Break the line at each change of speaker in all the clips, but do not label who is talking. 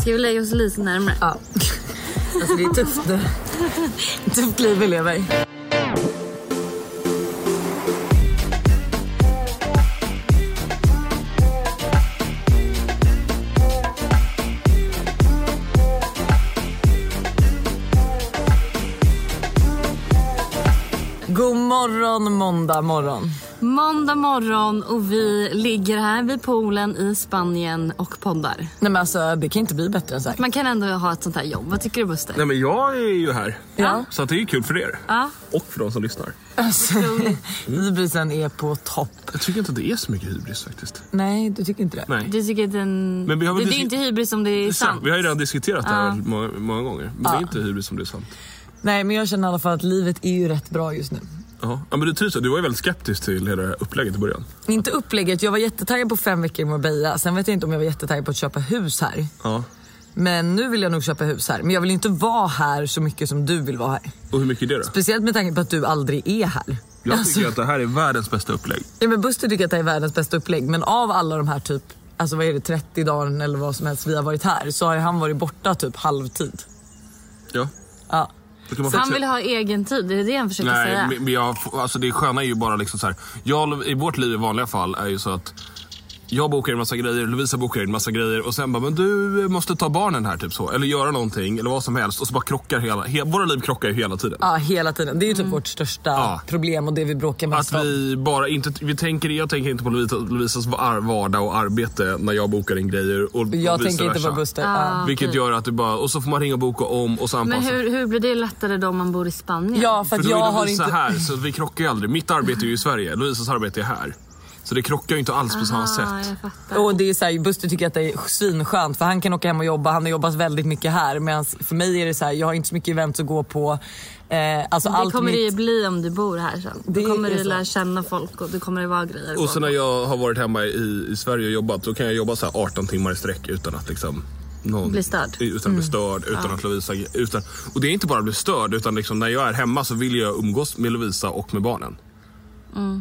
Ska vi lägga oss lite närmare?
Ja. Alltså det är tufft. tufft liv vi Typ lever. God morgon måndag morgon.
Måndag morgon och vi ligger här vid poolen i Spanien och poddar.
Nej men alltså det kan inte bli bättre än så här.
Man kan ändå ha ett sånt här jobb. Vad tycker du Buster?
Nej men jag är ju här.
Ja.
Så att det är ju kul för er.
Ja.
Och för de som lyssnar.
Alltså, hybrisen är på topp.
Jag tycker inte att det är så mycket hybris faktiskt.
Nej, du tycker inte det?
Nej.
Du tycker att den...
Men vi har
det,
väl
det är
disk-
inte hybris om det är sant.
Vi har ju redan diskuterat det här många, många gånger. Men det är inte hybris som det är sant.
Nej, men jag känner i alla fall att livet är ju rätt bra just nu.
Jaha. Ja, men du, Tysa, du var ju väldigt skeptisk till hela det här upplägget i början.
Inte upplägget, jag var jättetaggad på fem veckor i Marbella. Sen vet jag inte om jag var jättetaggad på att köpa hus här.
Ja.
Men nu vill jag nog köpa hus här. Men jag vill inte vara här så mycket som du vill vara här.
Och hur mycket är det då?
Speciellt med tanke på att du aldrig är här.
Jag
Alltså-
tycker att det här är världens bästa upplägg.
Ja, men Buster tycker att det här är världens bästa upplägg, men av alla de här typ, alltså vad är det, 30 dagar eller vad som helst vi har varit här så har ju han varit borta typ halvtid.
Ja.
Ja.
Då kan man
Han
faktiskt-
vill ha egen tid, det är det han försöker
Nej,
säga.
men- men jag, alltså det sköna är ju bara liksom så här. Jag, I vårt liv i vanliga fall är ju så att jag bokar en massa grejer, Lovisa bokar en massa grejer och sen bara, men du måste ta barnen här typ så. Eller göra någonting eller vad som helst och så bara krockar hela, he, våra liv krockar ju hela tiden.
Ja, hela tiden. Det är ju typ vårt största
Ja.
problem och det vi bråkar mest
Att
om.
vi bara inte, vi tänker, jag tänker inte på Lovisa, Lovisas var- vardag och arbete när jag bokar in grejer. Och, och
Jag
vice
tänker inte på
versa.
Buster.
Ja.
Ja.
Vilket gör att det bara, och så får man ringa och boka om och så anpassa.
Men hur, hur blir det lättare då om man bor i Spanien?
Ja, för
För
att
då
jag
är
har
Lovisa
inte...
här så vi krockar ju aldrig. Mitt arbete är ju i Sverige, Lovisas arbete är här. Så det krockar ju inte alls på samma
Ah,
sätt.
jag fattar.
Och det är så här, Buster tycker att det är svinskönt för han kan åka hem och jobba, han har jobbat väldigt mycket här. Medan för mig är det så här, jag har inte så mycket event att gå på. Eh, alltså
det
allt
kommer
mitt...
det ju bli om du bor här sen.
Det
Då kommer
är
du
så.
lära känna folk och då kommer det vara grejer.
Och så när jag har varit hemma i, i Sverige och jobbat, då kan jag jobba så här 18 timmar i sträck utan att liksom någon,
Bli störd.
Utan att bli störd, utan att Lovisa... Utan, och det är inte bara att bli störd, utan liksom när jag är hemma så vill jag umgås med Lovisa och med barnen.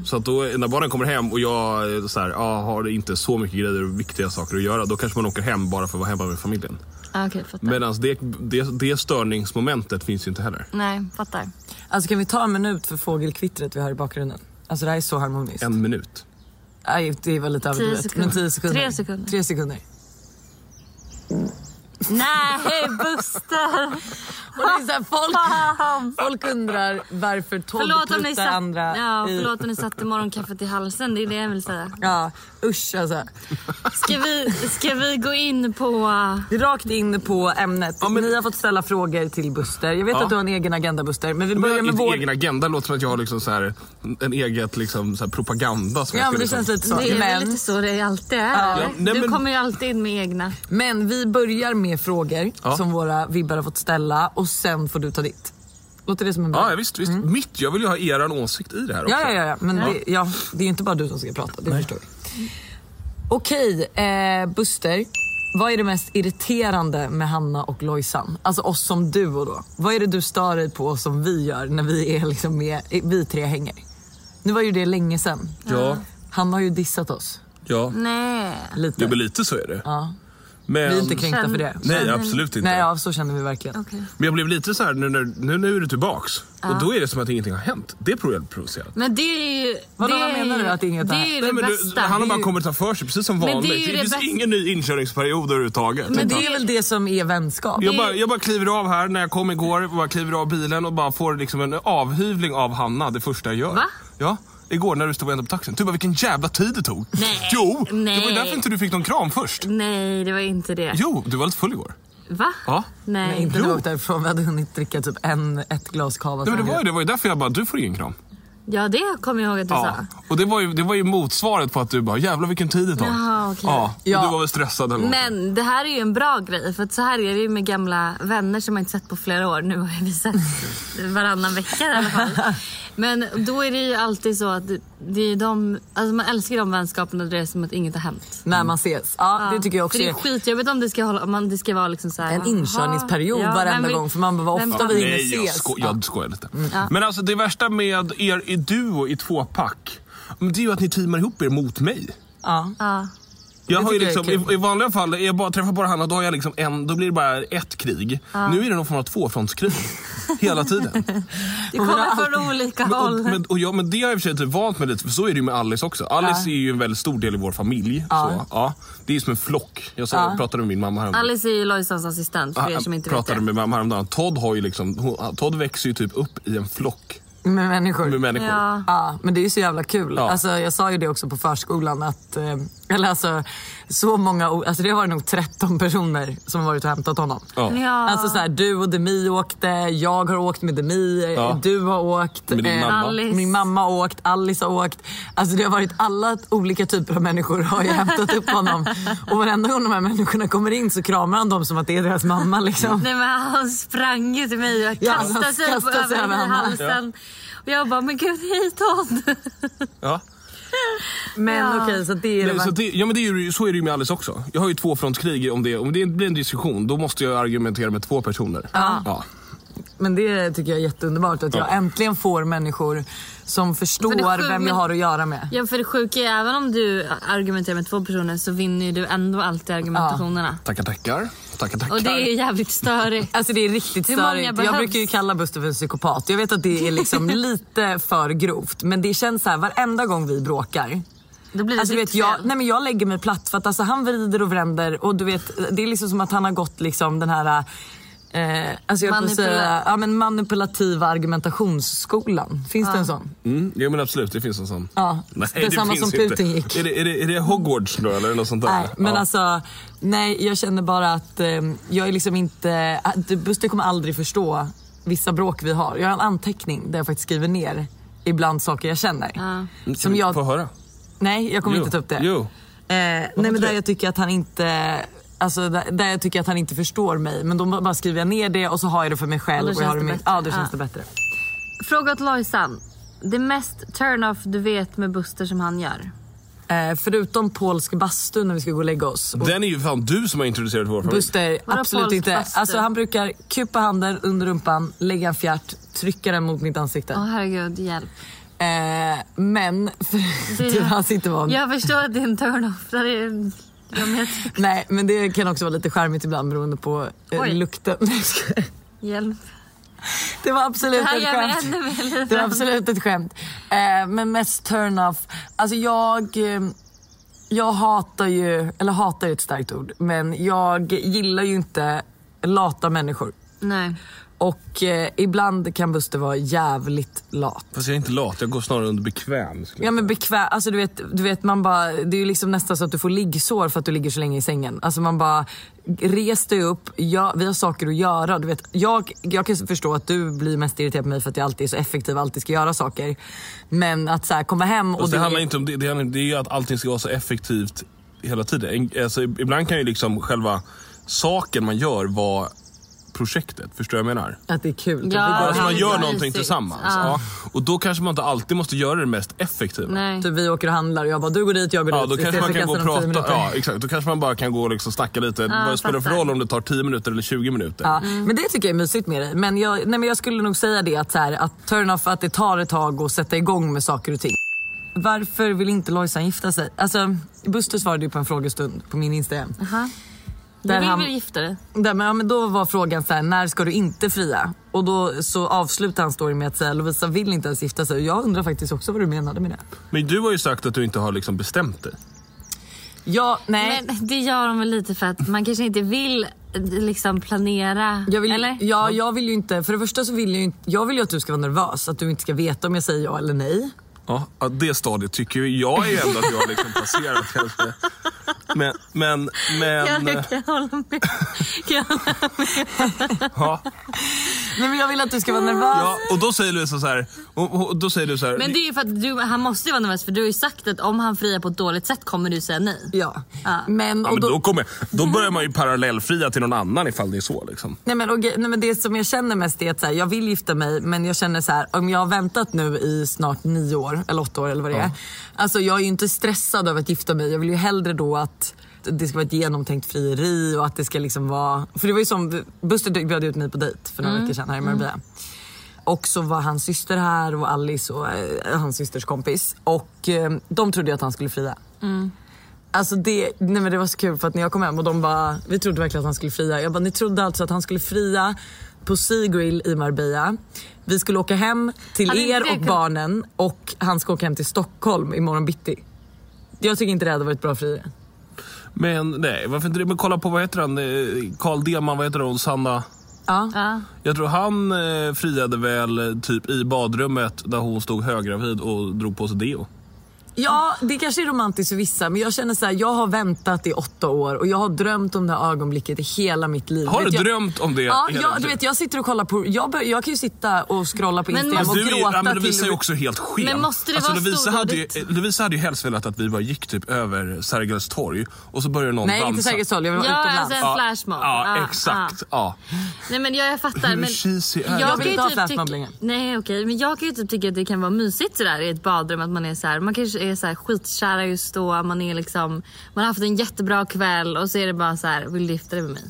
Så att då, när barnen kommer hem och jag eh, så här, ah, har inte så mycket grejer och viktiga saker att göra, då kanske man åker hem bara för att vara hemma med familjen.
Ah, Okej, fattar.
Medan det, det, det störningsmomentet finns ju inte heller.
Nej, fattar.
Alltså kan vi ta en minut för fågelkvittret vi har i bakgrunden? Alltså det här är så harmoniskt.
En minut.
Nej, det var lite överdrivet.
sekunder.
Men 10 sekunder.
Tre sekunder.
Tre sekunder.
Nej, Buster!
Och det är så här, folk, folk undrar varför tolv
Förlåt om, ni
tuttar
satt,
andra
ja,
i-
förlåt om ni satte morgonkaffet i halsen, det är det jag vill säga.
Ja, usch alltså.
Ska vi, ska vi gå in på...
Rakt in på ämnet.
men-
Ni har fått ställa frågor till Buster. Jag vet
Ja.
att du har en egen agenda Buster, men vi
Men jag
börjar
har
med
inte
vår...
egen agenda, låter som att jag har liksom så här, en eget liksom, så här propaganda. Som
Ja,
jag
men det
ska
känns
liksom...
lite så.
det är väl
Men,
lite så det alltid är. eller?
Ja, nej,
du
men-
kommer ju alltid in med egna.
men vi börjar med frågor
Ja.
som våra vibbar har fått ställa och sen får du ta ditt. Låter det som en bra?
Ja, ja, visst. visst. Mitt, jag vill ju ha er åsikt i det här också.
Mm. Ja, ja, ja, ja. Men Det, ja, det är ju inte bara du som ska prata, det förstår vi. Okej, eh, Buster. Vad är det mest irriterande med Hanna och Lojsan? Alltså oss som duo då. Vad är det du stör dig på som vi gör när vi är liksom med, vi tre hänger? Nu var ju det länge sedan.
Ja,
Han har ju dissat oss
ja.
Nej.
lite.
Jo, men lite så är det.
Mm. Ja.
Men...
Vi är inte kränkta för det.
Känn-
Nej, absolut inte.
Nej, ja, så känner vi verkligen.
Okej.
Men jag blev lite så här, nu, nu, nu, nu är du tillbaks. Och då är det som att ingenting har hänt. Det är provocerande.
Men det är ju...
Vadå,
det
vad
är
menar
ju-
du att inget
det
har-
är ju
Nej,
det
men du,
bästa.
han har
Det är
bara
ju-
kommit ta för sig precis som
det är
vanligt.
ju
Det,
det
finns
bästa.
ingen ny inkörningsperiod överhuvudtaget.
Men
Men
det
det-
är väl det som är vänskap?
Jag bara, jag bara kliver av här när jag kom igår, bara kliver av bilen och bara får liksom en avhyvling av Hanna det första jag gör.
Va?
Ja. Igår när du stod och väntade på taxin. Du bara vilken jävla tid det tog.
Nej.
Jo! Det var
Nej.
ju därför inte du fick någon kram först.
Nej, det var inte det.
Jo, du var lite full igår.
Va?
Ja.
Nej.
Nej, inte när vi
Jo.
åkte därifrån. Vi hade hunnit dricka typ en, ett glas cava.
Nej, men det, var ju, det var ju därför jag bara, du får ingen kram.
Ja, det kommer jag ihåg att du sa.
Och det var, ju, det var ju motsvaret på att du bara, jävlar vilken tid det tar.
Jaha, okej.
Ja, och
Ja.
du var väl stressad
Mm.
eller något.
Men det här är ju en bra grej för att så här är det ju med gamla vänner som man inte sett på flera år. Nu har vi sett varannan vecka i alla fall. Men då är det ju alltid så att det är de, alltså man älskar de vänskaperna där det är som att inget har hänt.
När man ses. Ja, det tycker jag också
För det är
är-
skitjobbigt om det ska, hålla, om man- det ska vara liksom så här,
En inkörningsperiod
"Jaha,
varenda
vem
gång, för man bara, vad
vem
ofta
fan-
vi-
Nej, jag,
ses.
sko-
Ja.
jag skojar lite.
Mm.
Men alltså det värsta med er i duo i tvåpack, det är ju att ni teamar ihop er mot mig.
Ja.
Ja.
Jag
Det
har ju
tycker jag är
liksom, i,
kul.
I vanliga fall, är jag bara, träffar bara Hanna, då, har jag liksom en, då blir det bara ett krig. Nu är det någon form av tvåfrontskrig. hela tiden.
Det kommer från olika
Men,
håll.
och, men, och jag, men det har jag i och för sig typ vant mig lite för så är det ju med Alice också. Alice är ju en väldigt stor del i vår familj. Så, ja, det är som en flock. Jag sa, pratade med min mamma häromdagen.
Alice är ju Lojsans assistent för er som inte vet
pratade
det.
med mamma häromdagen. Todd, har ju liksom, hon, Todd växer ju typ upp i en flock
Med människor.
med människor.
Ja.
Ja, men det är ju så jävla kul.
Ja.
Alltså, jag sa ju det också på förskolan att, eh, eller alltså, så många, o- alltså det har varit nog 13 personer som har varit och hämtat honom.
Ja.
Ja.
Alltså så här, du och Demi åkte, jag har åkt med Demi, eh,
Ja.
du har åkt. eh,
Med din mamma.
Alice.
Min mamma har åkt, Alice har åkt. Alltså det har varit alla olika typer av människor har ju hämtat upp honom. Och varenda gång de här människorna kommer in så kramar han dem som att det är deras mamma liksom.
Nej men han sprang ju till mig och
Ja,
kastade
han
sig upp
kastade
över
sig över
mig i
henne.
halsen. Och jag bara, men gud hej Todd.
Ja.
Men
Ja.
okej, så det är det.
Nej, så,
verkligen.
det, ja, men det är ju, så är det ju med Alice också. Jag har ju tvåfrontskrig. Om det, om det blir en diskussion då måste jag argumentera med två personer. Ja.
Men det tycker jag är jätteunderbart att jag
Ja.
äntligen får människor som
För det
förstår
sju-
vem jag har att göra med.
Ja för det sjuka är även om du argumenterar med två personer så vinner ju du ändå alltid argumentationerna.
Tackar, tackar. Tackar, tackar.
Och det är ju jävligt störigt.
Alltså det är riktigt
Hur många
störigt. Jag
behövs?
brukar ju kalla Buster för en psykopat. Jag vet att det är liksom lite för grovt men det känns så här varenda gång vi bråkar.
Då blir det
Alltså, du vet,
riktigt
jag,
fel.
nej men jag lägger mig platt för att alltså, han vrider och vänder och du vet det är liksom som att han har gått liksom den här eh, alltså jag höll på att säga,
Manipula-
ja, men manipulativa argumentationsskolan. Finns det en sån?
Mm, ja men absolut, det finns en sån.
Ja, det är samma
finns
som
inte.
Putin gick.
Är det, är, det, är det Hogwarts då eller något sånt där?
Nej, men
ja.
alltså, nej, jag känner bara att eh, jag är liksom inte... att Buster kommer aldrig förstå vissa bråk vi har. Jag har en anteckning där jag faktiskt skriver ner ibland saker jag känner.
Mm, Kan
Som
vi
jag,
Få höra.
nej, jag kommer
Jo,
inte ta upp det.
jo.
Eh, nej, men där jag tycker att han inte... Alltså, där, där jag tycker att han inte förstår mig. Men då bara skriver jag ner det och så har jag det för mig själv.
Och då
jag har
känns det
med-
bättre.
ja, då känns
Ja.
det bättre.
Fråga åt Lojsan. Det mest turn-off du vet med Buster som han gör?
Eh, förutom polsk bastu när vi ska gå och lägga oss. Och
Den är ju fan du som har introducerat vår familj.
Buster,
Vadå
absolut
polsk
inte.
bastu?
Alltså, han brukar kupa handen under rumpan, lägga en fjärt, trycka den mot mitt ansikte.
Åh herregud, hjälp.
Eh, men, du han sitter van.
Jag förstår att det är en turn-off. Det är... Jag med...
Nej, men det kan också vara lite charmigt ibland beroende på eh,
Oj.
lukten. Nej, jag skojar.
Hjälp.
det var absolut
Det här
ett
gör mig
skämt.
ännu mer
Det var
livrädd.
absolut ett skämt. Eh, men mest turn-off. Alltså jag... eh, Jag hatar ju, eller hatar är ett starkt ord, men jag gillar ju inte lata människor.
Nej.
Och eh, ibland kan Buster vara jävligt lat.
Fast jag är inte lat, jag går snarare under bekväm. skulle jag-
Ja men bekväm, alltså du vet, du vet man bara, det är ju liksom nästan så att du får liggsår för att du ligger så länge i sängen. Alltså man bara, res dig upp, ja, vi har saker att göra. Du vet, jag, jag kan förstå att du blir mest irriterad på mig för att jag alltid är så effektiv och alltid ska göra saker. Men att så här, komma hem och...
Fast det,
det-
handlar inte om det, det, handlar, det är ju att allting ska vara så effektivt hela tiden. En- Alltså, ib- ibland kan ju liksom själva saken man gör vara projektet. Förstår du vad jag menar?
Att det är kul. typ.
Ja,
vi, går och
Alltså man
det är
gör
mysigt.
någonting tillsammans.
Ja.
Ja. Och då kanske man inte alltid måste göra det mest effektiva.
Nej.
handlar- typ, vi åker och handlar och jag bara, du går dit, jag går
Ja,
dit.
då kanske
Istället
man
för
kan gå och
kassan om tio
prata.
minuter.
Ja, exakt. Då kanske man bara kan gå och liksom snacka lite. Vad spelar det för
fattar.
roll om det tar 10 minuter eller 20 minuter?
Ja, Men det tycker jag är mysigt med dig. Men jag, nej, men jag skulle nog säga det att, så här, att turn-off, att det tar ett tag att sätta igång med saker och ting. Varför vill inte Lojsan gifta sig? Alltså, Buster svarade ju på en frågestund på min Instagram.
Aha.
Där
Du vill
han-
väl gifta dig?
Där, men, ja, men då var frågan så här, när ska du inte fria? Och då så avslutade han storyn med att säga Lovisa vill inte ens gifta sig. Och jag undrar faktiskt också vad du menade med det.
Men du har ju sagt att du inte har liksom bestämt dig.
Ja, nej.
Men det gör de väl lite för att man kanske inte vill eh, liksom planera.
Jag vill,
eller?
Ja, jag vill ju inte. För det första så vill jag ju inte. Jag vill ju att du ska vara nervös. Att du inte ska veta om jag säger ja eller nej.
Ja, ja, det stadiet tycker ju jag ju ändå att jag har liksom passerat. kanske. Men, men, men...
eh,
jag kan hålla med. Jag
Ja,
Nej, men jag vill att du ska vara nervös.
ja, och då säger Lisa så här... Och, och då säger du så här
Men det är ju för att du, han måste ju vara nervös för du har ju sagt att om han friar på ett dåligt sätt kommer du säga nej.
Ja.
Ja.
Men,
ja,
och
men
då,
då, kommer, då börjar man ju parallellfria till någon annan ifall det är så. Liksom.
nej, men, och, gre- nej, men det som jag känner mest är att så här, jag vill gifta mig men jag känner så här, om jag har väntat nu i snart nio år eller åtta år eller vad det är. Alltså jag är ju inte stressad över att gifta mig. Jag vill ju hellre då att det ska vara ett genomtänkt frieri och att det ska liksom vara... För det var ju som, Buster bjöd ut mig på dejt för några veckor sedan här i Marbella. Och så var hans syster här och Alice och eh, hans systers kompis. Och eh, de trodde ju att han skulle fria. Alltså det, nej men det var så kul för att när jag kom hem och de bara, vi trodde verkligen att han skulle fria. Jag bara, ni trodde alltså att han skulle fria på Seagrill i Marbella. Vi skulle åka hem till
Hade inte
er
det
och
kunnat-
barnen och han ska åka hem till Stockholm imorgon bitti. Jag tycker inte det hade varit bra frieri.
Men nej, varför inte det? Men kolla på vad heter han? Eh, Carl Deman, vad heter hon? Sanna?
Ja.
Ja.
Jag tror han eh, friade väl eh, typ i badrummet där hon stod höggravid och drog på sig deo.
ja, det kanske är romantiskt för vissa men jag känner så här, jag har väntat i åtta år och jag har drömt om det här ögonblicket i hela mitt liv.
Har
Vet
du
jag-
drömt om det?
Ja,
hela
jag,
ditt
du
liv?
vet jag sitter och kollar på, jag, bör, jag kan ju sitta och scrolla på
Men
Instagram
måste-
och
Du är, ja,
gråta
men
till
Lovisa är ju också helt sken.
Men måste det
alltså,
vara
Lovisa, hade ju,
storordigt?
eh, Lovisa hade ju helst velat att vi bara gick typ över Sergels torg och så började någon
Nej
dansa.
inte Sergels torg, jag vill vara
Ja,
utomlands.
alltså en
Ja,
flashmob.
Ja,
Ah,
exakt.
ah.
Ja.
Nej men jag, jag fattar.
Hur
men
cheesy är det?
Jag
kan
vill
ju
inte ha
typ
flashmob
tycka-
längre.
Nej okej, men jag kan ju typ tycka att det kan vara mysigt sådär i ett badrum att man är såhär, man kanske är såhär skitkära just då, man är liksom, man har haft en jättebra kväll och så är det bara så här, vill du gifta dig med mig?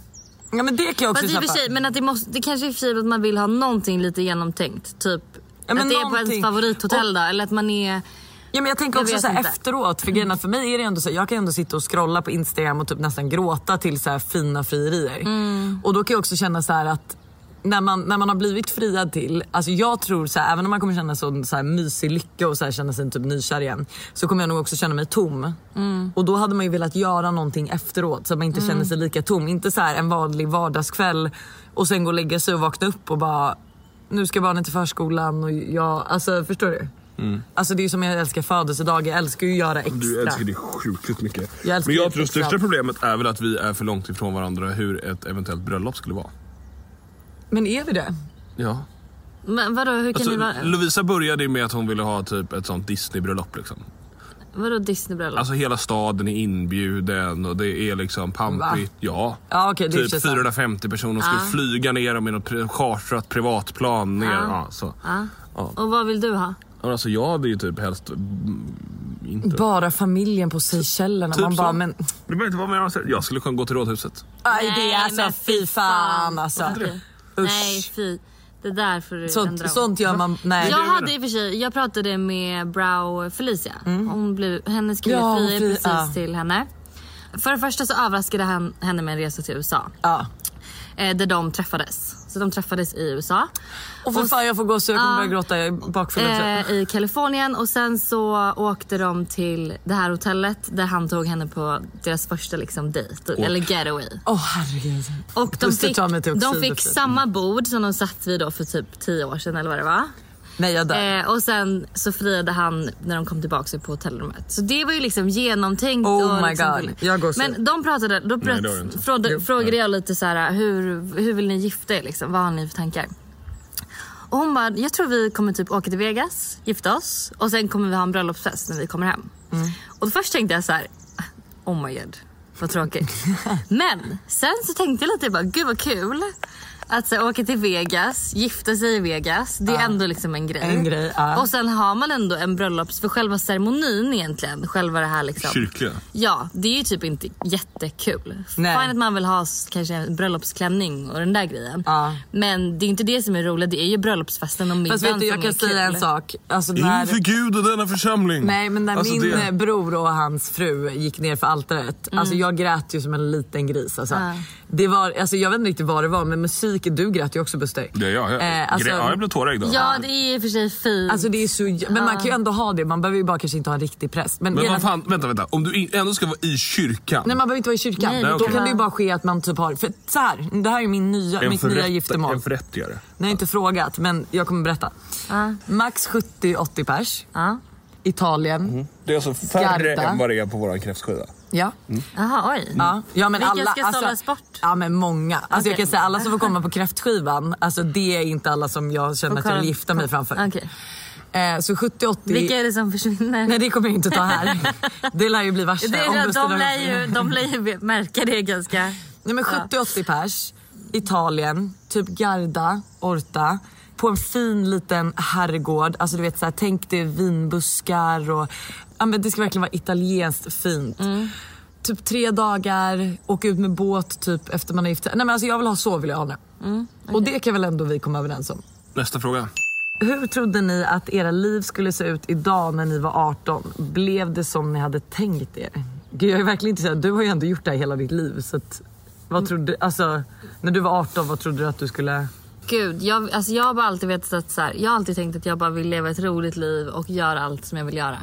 Ja men det kan jag också
Fast i och för
köpa.
sig, men att det, måste, det kanske är i och för sig att man vill ha någonting lite genomtänkt. Typ
Ja, men
att det är på
någonting.
ens favorithotell då, eller att man är...
Ja, men jag tänker
Jag
också
vet
så här,
inte.
efteråt, för grejen är att för mig är det ändå så här, jag kan ändå sitta och scrolla på Instagram och typ nästan gråta till så här fina frierier.
Mm.
Och då kan jag också känna så här att när man, när man har blivit friad till, alltså jag tror så här, även om man kommer känna sån så här mysig lycka och så här känna sig typ nykär igen, så kommer jag nog också känna mig tom.
Mm.
Och då hade man ju velat göra någonting efteråt så att man inte känner sig lika tom. Inte så här en vanlig vardagskväll och sen gå och lägga sig och vakna upp och bara, nu ska barnen till förskolan och jag, alltså förstår du? Alltså det är ju som jag älskar födelsedag, jag älskar ju att göra extra.
Mm. Du älskar det sjukligt mycket.
Jag älskar
Men jag
det
tror det största
extra.
problemet är väl att vi är för långt ifrån varandra hur ett eventuellt bröllop skulle vara.
Men är vi det?
Ja.
Men vadå, hur kan
Alltså,
ni vara...
Lovisa började ju med att hon ville ha typ ett sånt Disney-bröllop. Liksom.
Vadå Disneybröllop?
Alltså hela staden är inbjuden och det är liksom pampigt. Ja.
Ja, okej, det är i och för
typ
sig sant.
450 personer skulle
Ja.
flyga ner dem i något pri- chartrat privatplan ner.
Ja.
Ja, så.
ja.
Ja.
Och vad vill du ha?
Men Alltså, jag hade ju typ helst mm, inte...
Bara familjen på Seychellerna.
Typ
Man bara,
så.
men
Det behöver inte vara mer avancerat. Jag skulle kunna gå till Rådhuset.
aj, det är alltså
men
fy fan alltså.
Varför det? Nej
Usch.
fy, det där får du ändra om.
Sånt, sånt gör man, nej.
Jag
det jag
hade
menar.
i och för sig, jag pratade med Brow Felicia. Hon blev, henne skulle
Mm.
ja,
Ja, hon
fria
fri-
precis
ja.
till henne. För det första så överraskade han henne med en resa till USA.
Ja.
Eh, där de träffades. Så de träffades i USA.
Och för fan jag får gå så jag kommer
Ja.
börja gråta, jag är bakfull också.
Eh, I Kalifornien och sen så åkte de till det här hotellet där han tog henne på deras första liksom dejt. Eller getaway.
Åh herregud.
Och de
Puss, det
fick,
tar mig till
de
oxid
fick
också.
samma bord som de satt vid då för typ 10 år sedan eller vad det var.
Nej jag dör.
Eh, och sen så friade han när de kom tillbaka på hotellrummet. Så det var ju liksom genomtänkt.
Oh
och
my
liksom
God. Jag går så.
Men de pratade, då
det
prat,
var det inte.
frågade,
Jo.
frågade jag lite så här, hur, hur vill ni gifta er liksom? Vad har ni för tankar? Och hon bara, jag tror vi kommer typ åka till Vegas, gifta oss och sen kommer vi ha en bröllopsfest när vi kommer hem.
Mm.
Och först tänkte jag så här, oh my god, vad tråkigt. Men sen så tänkte jag lite, jag bara, gud vad kul. Att så, här, åka till Vegas, gifta sig i Vegas, det är ändå liksom en grej.
En grej, ja.
Och sen har man ändå en bröllops, för själva ceremonin egentligen, själva det här liksom.
Kyrkliga.
Ja, det är ju typ inte jättekul.
Nej.
Fine att man vill ha s- kanske en bröllopsklänning och den där grejen.
Ja.
Men det är inte det som är roligt, det är ju bröllopsfesten och middagen
Fast vet du jag
som
kan
är kul.
säga en sak. Alltså, när...
Inför Gud och denna församling.
Nej men när
Alltså,
min
det- Mm.
eh, bror och hans fru gick ner för altaret, alltså jag grät ju som en liten gris. Alltså.
Ja.
Det var, alltså, jag vet inte riktigt vad det var men musik, du grät ju också Buster.
Det är jag. Jag,
Eh, alltså,
Gre- ja, jag blev tårögd. då.
Ja, det är ju i och för sig fint.
Alltså det är så, jä- men man kan ju ändå ha det, man behöver ju bara kanske inte ha en riktig präst. Men,
Men
gärna-
vad fan, vänta, vänta. Om du in- ändå ska vara i kyrkan.
Nej man behöver inte vara i kyrkan.
Nej,
Då
det kan
kan
vara-
det ju bara ske att man typ har, för så här, det här är min nya, mitt nya giftermål.
en förrättare.
Ni har inte frågat men jag kommer berätta.
Ja.
Max 70-80 pers,
Ja.
Italien.
Det är alltså färre
Skarta.
än vad det är på vår kräftskiva.
Ja.
Jaha, oj.
Ja, ja men
Vilka
alla, alltså,
ska sållas bort?
Ja men många. Alltså jag
Okej.
kan säga alla som får komma på kräftskivan, alltså det är inte alla som jag känner att jag vill gifta mig framför.
Okej.
Eh, så 70-80...
Vilka är det som försvinner?
Nej det kommer jag inte ta här. Det lär ju bli värsta
det är,
Buster
de,
drar
lär
upp-
ju, de lär ju märka det ganska...
Nej men 70-80 pers, Italien, typ Garda, Orta. På en fin liten herrgård, alltså du vet så här, tänk dig vinbuskar och ja, men det ska verkligen vara italienskt fint. Typ tre dagar, åka ut med båt typ efter man är gift. Nej men alltså jag vill ha så vill jag ha det. Och det kan väl ändå vi komma överens om.
Nästa fråga.
Hur trodde ni att era liv skulle se ut idag när ni var 18? Blev det som ni hade tänkt er? Gud, jag är verkligen inte såhär, du har ju ändå gjort det här hela ditt liv. Så att, vad trodde, alltså, när du var 18, vad trodde du att du skulle...
Gud, jag, alltså jag har bara alltid vetat att så här, jag har alltid tänkt att jag bara vill leva ett roligt liv och göra allt som jag vill göra.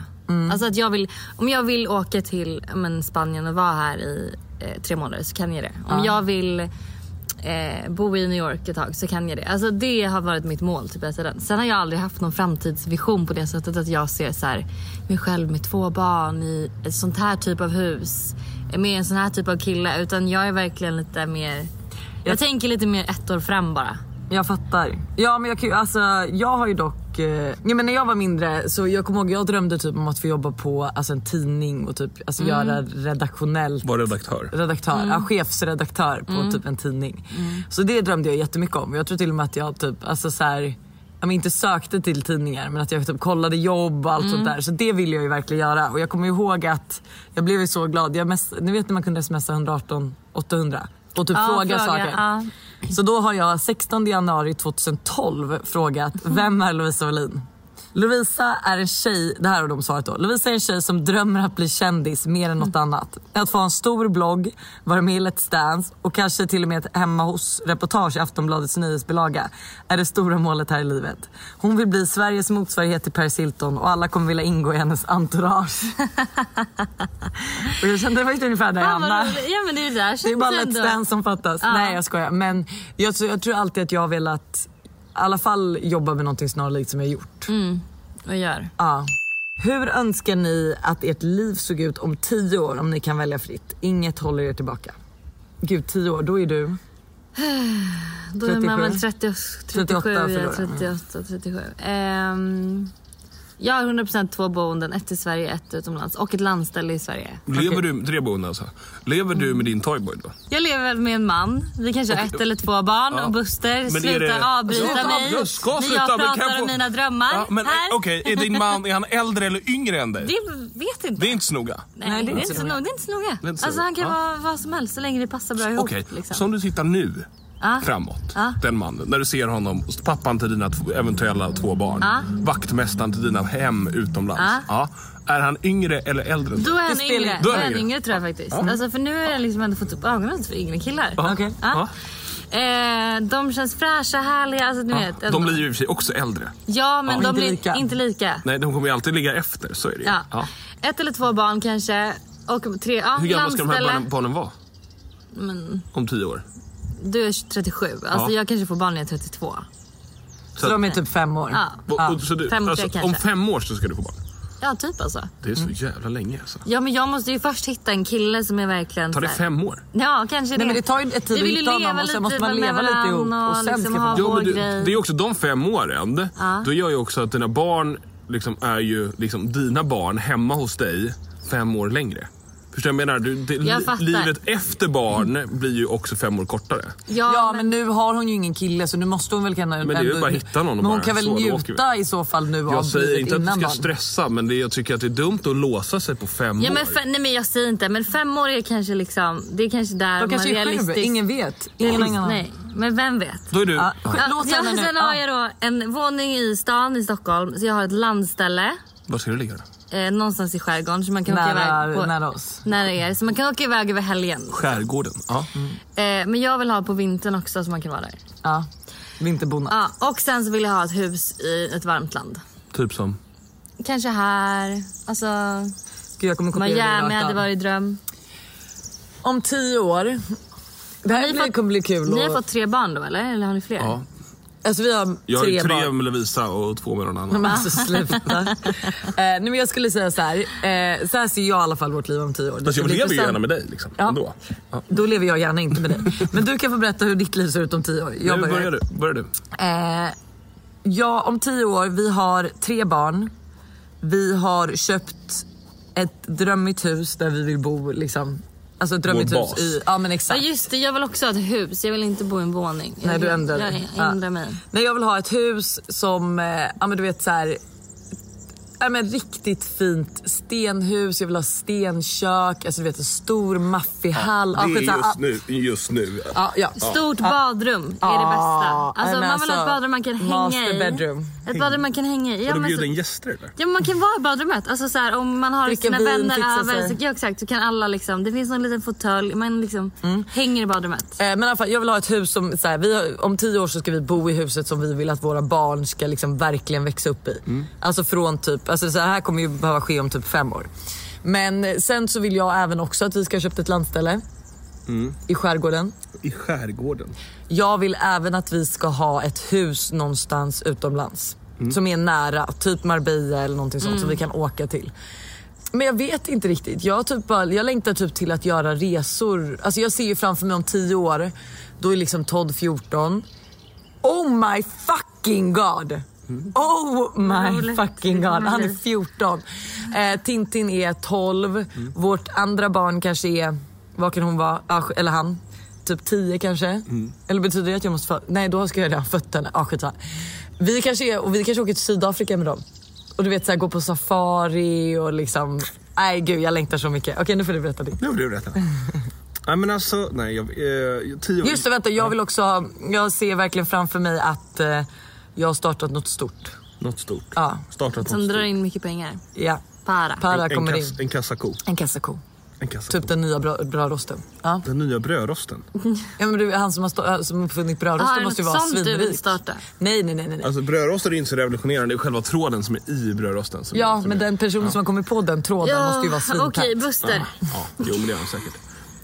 Alltså att jag vill, om jag vill åka till ja, men, Spanien och vara här i eh, tre månader så kan jag det. Om jag vill eh, bo i New York ett tag så kan jag det. Alltså det har varit mitt mål typ hela tiden. Sen har jag aldrig haft någon framtidsvision på det sättet att jag ser så här, mig själv med två barn i ett sånt här typ av hus. Med en sån här typ av kille. Utan jag är verkligen lite mer, jag tänker lite mer ett år fram bara.
Jag fattar. Ja, men jag, kan ju- alltså, jag har ju dock... Eh, ja, men när jag var mindre så jag kommer ihåg jag drömde typ om att få jobba på alltså, en tidning och typ, alltså, göra redaktionellt
Var redaktör.
redaktör,
Mm.
ja, chefsredaktör på typ en tidning. Så det drömde jag jättemycket om. Jag tror till och med att jag typ, alltså så här, jag men inte sökte till tidningar men att jag typ kollade jobb och allt sånt
Mm.
där. Så det ville jag ju verkligen göra. Och jag kommer ihåg att jag blev ju så glad. Jag mess, ni vet när man kunde smsa 118 800 och typ
Ja, fråga,
fråga, saker.
ja.
Så då har jag 16 januari 2012 frågat
Mhm.
vem är Lovisa Wallin? Lovisa är en tjej, det här har de svarat då. Lovisa är en tjej som drömmer att bli kändis mer än något
Mm.
annat. Att få ha en stor blogg, vara med i Let's Dance och kanske till och med ett hemma hos-reportage i Aftonbladets nyhetsbilaga är det stora målet här i livet. Hon vill bli Sveriges motsvarighet till Paris Hilton och alla kommer vilja ingå i hennes entourage. och jag kände faktiskt ungefär där jag
Fan, vad
hamnade.
roligt. Ja men det är ju där
Det är bara
känns ändå.
Let's Dance som fattas. Nej jag skojar. Men jag, tror- jag tror alltid att jag har velat i alla fall jobba med någonting snarlikt som jag
Mm.
gjort.
Och gör.
Ja. Hur önskar ni att ert liv såg ut om tio år om ni kan välja fritt? Inget håller er tillbaka. Gud, tio år, då är du...
Då är man
37.
väl 30, 37,
38
ja,
förlorar man.
38, 37. Um, jag har 100% två boenden, ett i Sverige ett utomlands och ett landställe i Sverige.
Lever du, tre boende alltså. Lever du med din toyboy då?
Jag lever med en man, vi kanske har ett eller två barn
Ja.
och Buster,
Men är
sluta
det-
avbryta
Sluta
mig
avbryta, ska
när
sluta,
jag
men kan
pratar
jag
om
få-
mina drömmar.
Ja, men eh,
här.
okej, är din man är han äldre eller yngre än dig? Det,
Det vet inte.
är inte så noga.
Nej, det, är inte så noga. Det är inte så noga.
är inte så
alltså,
noga.
han kan
Ja.
vara vad som helst så länge det passar bra ihop.
Okej,
liksom.
så om du tittar nu
Ja.
framåt,
Ja.
den mannen, när du ser honom, pappan till dina två, eventuella två barn,
Ja.
vaktmästaren till dina hem utomlands. Ja. Är han yngre eller äldre? än dig?
Då är han
spelar
yngre.
inte.
Då är han yngre tror jag faktiskt. Alltså, för nu har jag liksom ändå fått upp ögonen för yngre killar.
Ja.
Okej.
Ja. Eh, de känns fräscha, härliga. Alltså, ni vet, ändå.
De blir ju i och för sig också äldre.
Ja, men
Ja.
de
Inte
blir
lika.
inte lika.
Nej, de kommer ju alltid ligga efter. Så är det ju.
Ja.
Ja.
Ett eller två barn kanske. Och tre, ja,
Hur gamla ska de här
landställe.
barnen, barnen vara? Om tio år?
Du är 37. Alltså,
Ja.
Jag kanske får barn när jag är 32.
Så, de är typ fem år.
Ja,
Och- och så du,
Fem år
alltså,
kanske.
om fem år så ska du få barn.
ja typ alltså.
Det är så jävla länge alltså.
Ja, men jag måste ju först hitta en kille som är verkligen...
Tar det
så här-
fem år?
Ja, kanske det.
men det tar ju ett tid
Vi
att
vill ju
hitta honom
leva
och sen
lite
måste man
med
leva lite
varandra
ihop och sen
liksom
ska man-
ha
Ja,
vår
men du,
grej.
det är också de fem åren. Då gör ju också att dina barn liksom är ju liksom dina barn hemma hos dig fem år längre. Förstår du vad jag menar? Du, det,
Jag
li-
fattar.
livet efter barn blir ju också fem år kortare.
Ja,
Ja
men-
men nu har hon ju ingen kille så nu måste hon väl kunna... Men
det är ju bara att hitta någon och
Men hon
bara,
kan väl
så, då åker
njuta i så fall nu
Jag
av
säger
livet
inte att du
innan
ska
barn.
stressa men det, jag tycker att det är dumt att låsa sig på fem
Ja,
år.
men fe- nej men jag säger inte, men fem år är kanske liksom, det är kanske där
De
man
kanske är sju,
realistiskt...
ingen vet. Ingen har
Realist,
ingen aning.
nej, men vem vet?
Då är du...
Ja,
Ja.
skit-
Ja,
Låt
jag,
henne nu.
sen har jag då en våning i stan i Stockholm, så jag har ett landställe
Var ska du ligga då?
eh, någonstans i skärgården så man kan åka
Nära,
iväg på,
nära oss.
nära er, så man kan åka iväg över helgen.
Skärgården. Ja.
Eh, men jag vill ha på vintern också så man kan vara där.
Ja. Vinterbonad.
Ja, och sen så vill jag ha ett hus i ett varmt land.
Typ som...
Kanske här, alltså
Gud, jag kommer kopiera
Miami
det rakt
hade
av.
varit dröm.
Om tio år. Det här blir,
fått-
kommer bli kul.
Ni har
och-
fått tre barn då eller? Eller har ni fler?
Ja.
alltså, vi har
Jag har
tre,
ju tre
barn.
med Lovisa och två med någon annan.
Men alltså sluta. eh, nej, men jag skulle säga så här. Eh, så här ser jag i alla fall vårt liv om tio år. Det
Fast
ska
jag
bli
lever ju
intressant.
gärna med dig liksom.
Ja.
Ändå. Ja.
Då lever jag gärna inte med dig. Men du kan få berätta hur ditt liv ser ut om tio år. Jag
Nu börjar du. Börjar du.
Eh, ja, om tio år. Vi har tre barn. Vi har köpt ett drömmigt hus där vi vill bo. Liksom. Alltså ett drömmigt
Vår
hus.
bas.
I, ja, men exakt.
Ja just det, jag vill också ha ett hus. Jag vill inte bo i en våning. Jag,
Nej, du ändrar
jag,
dig.
jag ändrar mig.
Nej, jag vill ha ett hus som, eh, ja men du vet så här äh, men riktigt fint stenhus, jag vill ha stenkök, alltså du vet en stor maffihall.
Det är
skitsamma.
just nu. Just nu.
Ja, ja.
Stort badrum är det
Ah,
bästa. Alltså,
nej, men
man vill ha ett
alltså,
badrum man kan hänga
master
i.
bedroom.
Ett badrum man kan hänga i. Ja,
Har du
men så-
bjuden gäster eller?
Ja, men man kan vara i badrummet. Alltså, så här, om man har
Dricka
sina
vin, fixa
vänner över.
sig.
Så, ja, exakt, så kan alla liksom, det finns någon liten fåtölj. Man liksom
Mm.
hänger i badrummet.
Eh, Men i alla fall, jag vill ha ett hus som, så här, vi har, om tio år så ska vi bo i huset som vi vill att våra barn ska liksom verkligen växa upp i. Alltså från typ, alltså så här, här kommer ju behöva ske om typ fem år. Men eh, sen så vill jag även också att vi ska ha köpt ett landställe i skärgården.
I skärgården.
Jag vill även att vi ska ha ett hus någonstans utomlands. Som är nära, typ Marbella eller någonting sånt som vi kan åka till. Men jag vet inte riktigt. Jag, har typ bara, jag längtar typ till att göra resor. Alltså jag ser ju framför mig om 10 år, då är liksom Todd 14. Oh my fucking god! Oh my
roligt.
fucking god. Han är
Mm.
14. Eh, Tintin är 12. Vårt andra barn kanske är, vad kan hon vara, ah, eller han, typ 10 kanske. Eller betyder det att jag måste, fö- nej då ska jag redan ha fött henne. Ah, skitsamma. vi kanske är, och vi kanske åker till Sydafrika med dem. Och du vet såhär gå på safari och liksom, nej gud jag längtar så mycket. Okej nu får du berätta ditt.
Nu har du rätt. Nej men alltså, nej jag... Eh, tio
Just det, vänta jag vill också ha, jag ser verkligen framför mig att eh, jag har startat något stort.
Något stort.
Ja.
Startat
Som
något
drar
stort.
in mycket pengar.
Ja,
Para.
Para
En,
kommer in.
kass, en kassako.
En kassako.
En kassako.
Typ den nya bra, bra rosten. Ja.
Den nya brödrosten.
ja men du, han som har stå, som har uppfunnit bra
Har
rosten
du
måste ju
något
vara
sånt du vill
svinrik.
typ starta?
Nej nej nej nej. nej.
Alltså brödrosten är inte så revolutionerande. Det är själva tråden som är i brödrosten. Som
Ja
som
men den personen som har kommit på den tråden måste ju vara svintät.
Okej, Buster.
Ja, jo men det är han säkert.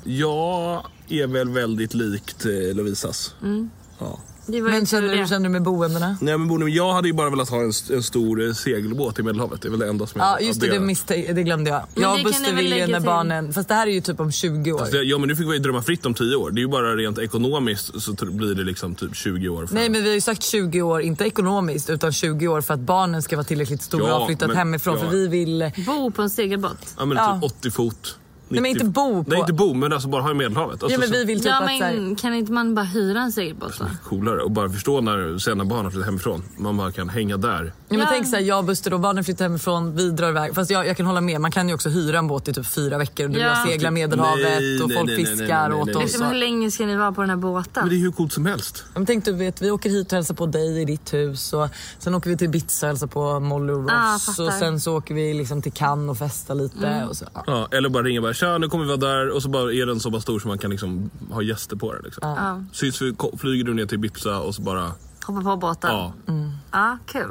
Jag är väl väldigt likt eh, Lovisas.
Mm.
Ja.
Det var
Men
ju
känner
tur
du,
det.
känner du med boendena?
Nej, men Bonnie, jag hade ju bara velat ha en, st- en stor eh, segelbåt i Medelhavet. Det är väl det enda som jag...
Ja just det, det, misstänk- det glömde jag.
Men
jag
det
och
kan ni
Buster
väl
vill ju
lägga
när
till.
barnen, fast det här är ju typ om 20 år.
Det- Alltså, Ja men nu fick vi ju drömma fritt om 10 år. Det är ju bara rent ekonomiskt så tr- blir det liksom typ 20 år. För
Nej men vi har ju sagt 20 år, inte ekonomiskt utan 20 år för att barnen ska vara tillräckligt stora
Ja,
och ha flyttat
men-
hemifrån.
ja. Alltså,
För vi vill
Bo på en segelbåt.
Ja men
Ja.
typ 80 fot. 90...
men inte bo på-
Nej inte bo men alltså bara ha i Medelhavet. Alltså,
Ja, men vi vill typ
ja,
att så här,
men kan inte man bara hyra en segelbåt då?
så- Coolare och bara förstå när sena barn har flyttat hemifrån. Man bara kan hänga där.
ja, men
Ja.
tänk så här, jag och Buster och barnen flyttar hemifrån, vi drar iväg. Fast jag, jag kan hålla med, man kan ju också hyra en båt i typ fyra veckor och du
Ja.
ja. seglar Medelhavet
Typ. Nej,
och
nej,
folk
nej, nej, nej,
fiskar
nej,
åt
nej,
oss.
Liksom,
och-
hur länge ska ni vara på den här båten?
Men det är hur coolt som helst.
Ja, Men tänk du vet, vi åker hit och hälsar på dig i ditt hus och sen åker vi till Ibiza och hälsar på Molly och
Ah,
Ross
fattar. Mm.
och sen så åker vi liksom till Cannes och festar lite. Och så, ja.
Ja, eller bara ringa och bara tja nu kommer vi vara där och så bara är den så pass stor så man kan liksom ha gäster på den. Liksom.
Ja.
Syns vi, ko- flyger du ner till Ibiza och så bara
Hoppa på båten?
ja.
Mm.
Ja, kul.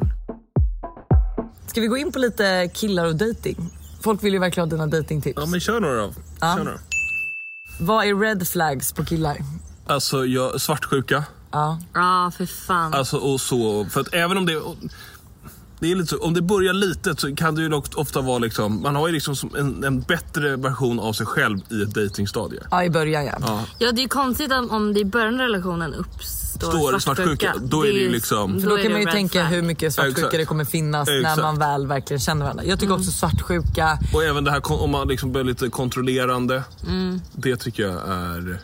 Ska vi gå in på lite killar och dating? Folk vill ju verkligen ha dina datingtips.
ja men kör några då.
Ja.
Kör några.
Vad är red flags på killar?
Alltså jag, svartsjuka.
Ja.
Ja, för fan.
Alltså och så, för att även om det... Det är lite så, om det börjar litet så kan det ju dock ofta vara liksom, man har ju liksom som en, en bättre version av sig själv i ett dejtingstadie.
ja, i början ja.
Ja.
Ja, det är ju konstigt om, om det i början av relationen uppstår
Står svartsjuka, då är det ju liksom-
För då,
är
kan
det
man ju
red
tänka
flag.
hur mycket svartsjuka
Exakt.
det kommer finnas
Exakt.
när man väl verkligen känner varandra. Jag tycker också svartsjuka,
Och även det här kon- om man liksom blir lite kontrollerande.
Mm.
Det tycker jag är...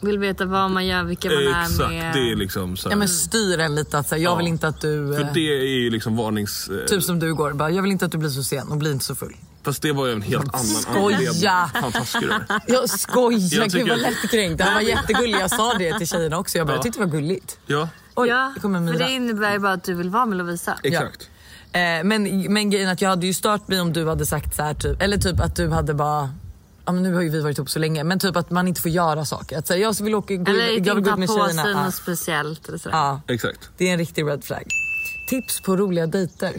Vill veta vad man gör, vilka man är
exakt,
med.
det är liksom så här,
ja, men styr en lite. Att, så här, jag
Ja.
vill inte att du... eh,
För det är ju liksom varnings... eh,
Typ som du igår, bara, jag vill inte att du blir så sen och blir inte så full.
Fast det var ju en helt annan
Skoja!
anledning. Fan, taskig du är.
Jag skojar,
Jag tycker-
gud vad lättkränkt. Han var jättegullig, jag sa det till tjejerna också. Jag, bara, jag tyckte det var gulligt.
Ja,
Oj,
ja,
det kommer
för
Mira.
det innebär ju bara att du vill vara med Lovisa.
exakt.
Eh, men, men grejen är att jag hade ju stört mig om du hade sagt så här, typ, eller typ att du hade bara Ja, men nu har ju vi varit ihop så länge, men typ att man inte får göra saker. Att, så här, jag vill åka gå,
Eller
jag vill
inte
gå
ha
ut med
på sig
tjejerna.
något speciellt. Eller sådär.
Ja, ja,
Exakt.
det är en riktig red flag. Tips på roliga dejter.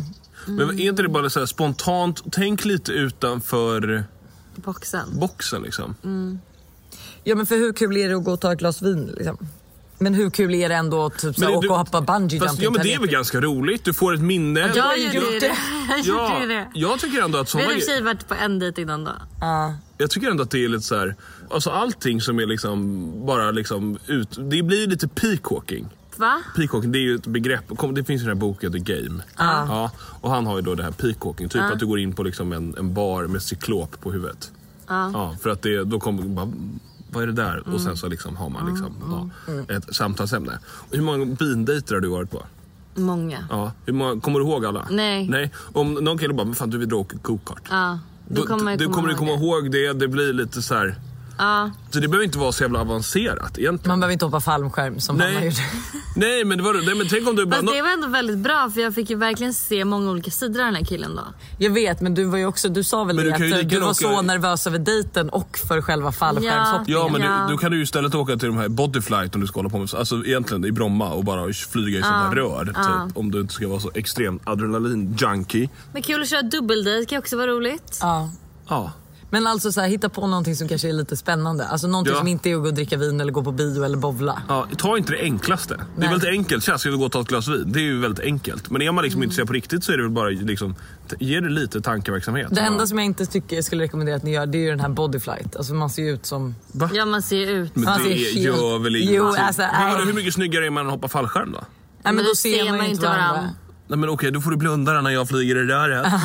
Mm.
Men är inte det bara så här spontant, tänk lite utanför
Boxen.
boxen liksom.
Mm.
Ja, men för hur kul är det att gå och ta ett glas vin? Liksom? Men hur kul är det ändå att typ, så här,
Men
åka
du-
och hoppa bungee
Fast,
jumping?
ja men det är
Terrarium?
väl ganska roligt, du får ett minne.
Jag
ju
gjorde ju det. Jag gjorde
Ja,
ju det.
jag tycker ändå att
Vi
såna
hade i och för
grejer-
sig varit på en dejt innan då.
Ja.
Jag tycker ändå att det är lite så här, alltså allting som är liksom bara liksom ut, det blir lite peacocking.
Va?
Peacocking det är ju ett begrepp, kom- det finns ju den här boken The Game. Ja, och han har ju då det här peacocking, typ att du går in på liksom en, en bar med cyklop på huvudet. Ja, för att det, då kommer bara, vad är det där? Och sen så liksom har man liksom, ja, ett samtalsämne. Och hur många bindejter har du varit på?
Många.
Ja. Hur många, kommer du ihåg alla?
Nej.
Nej. Om någon kille bara, men fan du vill dra och åka go-kart.
Ja, då
Då-
kommer man ju
du kommer du komma
det.
ihåg det. Det blir lite så här.
Ja,
Så det behöver inte vara så jävla avancerat egentligen.
Man behöver inte hoppa fallskärm som mamma
Nej.
gjorde.
Nej, men, det var, nej, men tänk om du bara...
fast det var ändå väldigt bra för jag fick ju verkligen se många olika sidor av den här killen då.
Jag vet men du var ju också, du sa väl
Men
det
du kan ju
att eh,
lika
du var
gärna
så
åka-
nervös över dejten och för själva fallskärmshoppningen.
Ja, men
Ja.
Du, då kan du ju istället åka till de här bodyflight om du ska hålla på med Alltså egentligen i Bromma och bara flyga i sådana
Ah.
här rör. Typ, om du inte ska vara så extrem adrenalin-junkie.
Men kul att köra dubbeldejt kan också vara roligt.
Ja.
Ja.
Men alltså så här, hitta på någonting som kanske är lite spännande. Alltså någonting
Ja.
som inte är att gå och dricka vin eller gå på bio eller bowla.
ja. Ta inte det enklaste. Det
Nej.
är väldigt enkelt. Tja, ska vi gå och ta ett glas vin? Det är ju väldigt enkelt. Men är man liksom
Mm.
intresserad på riktigt så är det väl bara liksom, t- ge det lite tankeverksamhet.
Det enda som jag inte tycker jag skulle rekommendera att ni gör det är ju den här bodyflight. Alltså man ser ju ut som...
Va?
Ja, man ser ju ut.
Men
Alltså,
det
det är helt-
gör väl ingenting?
Jo, alltså,
hur, vadå,
nej.
hur mycket snyggare är man än att hoppa fallskärm då?
Nej, men
Men
då
då
ser man, ju inte varandra.
varann.
Nej men okej, då får du blunda när jag flyger i röret.
Alltså-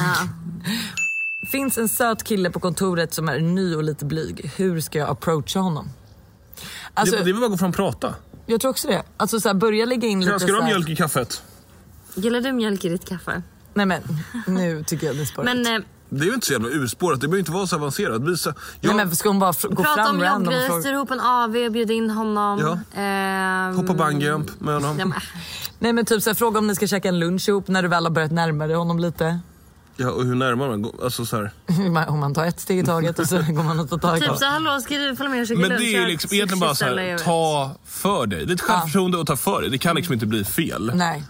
Finns en söt kille på kontoret som är ny och lite blyg. Hur ska jag approacha honom? Alltså,
det, det är väl bara att gå fram och prata.
Jag tror också det. Alltså så här, börja lägga in lite
Ska du
så
ha
här-
mjölk i kaffet?
Gillar du mjölk i ditt kaffe?
Nej men, nu tycker jag det är spårigt.
Men eh,
Det är ju inte så jävla urspårat. Det behöver inte vara så avancerat. Visa.
Nej
Jag
men ska hon bara fr- gå
prata
fram
om
random
jobbgrejer,
frågor?
styr ihop en AV och bjud in honom.
Ja.
Ehm,
hoppar bungyjump med honom.
Ja, men,
Nej men typ så här, fråga om ni ska käka en lunch ihop när du väl har börjat närma dig honom lite.
Ja, och hur närmar man går? Alltså, så här.
Om man tar ett steg i taget och så går man åt ett tag.
typ så här, hallå ska du följa med och käka
Men det
lunch?
är
Jag
ju
har
liksom
ett
egentligen bara så
sushi-ställe, jag
här,
vet.
ta för dig. Ditt självförtroende och ta för dig. Det kan liksom inte bli fel.
Nej.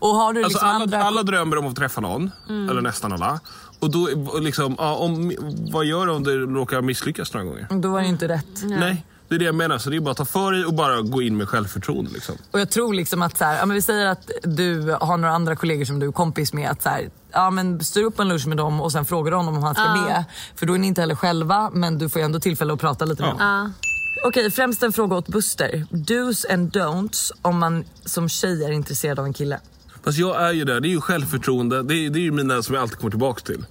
Och har du
Alltså
liksom
alla,
andra... Mm.
alla drömmer om att träffa någon, eller nästan alla. Och då är- liksom, ja, om, vad gör du om du råkar misslyckas några gånger?
Då var det inte rätt.
Nej, det är det jag menar. Så det är bara att ta för dig och bara gå in med självförtroende. Liksom.
Och jag tror liksom att så här, ja, men vi säger att du har några andra kollegor som du är kompis med. Att så här, ja, men styr upp en lunch med dem och sen frågar du honom om han ska med. För då är ni inte heller själva men du får ju ändå tillfälle att prata lite med
Ja.
honom. Okej, främst en fråga åt Buster. Do's and don'ts om man som tjej är intresserad av en kille.
Fast jag är ju där. Det är ju självförtroende. Det är, det är ju mina som jag alltid kommer tillbaka till.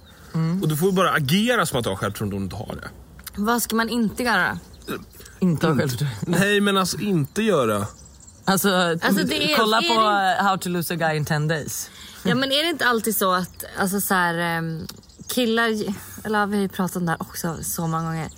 Och du får ju bara agera som att du har självförtroende om du inte har det.
Vad ska man inte göra?
Inte av självförtroende.
Nej, men alltså inte göra.
Alltså,
Alltså, det är-
kolla
är
på How to lose a guy in 10 days.
Ja men är det inte alltid så att alltså, så här, ehm, killar, eller ja, vi har ju pratat om det här också så många gånger.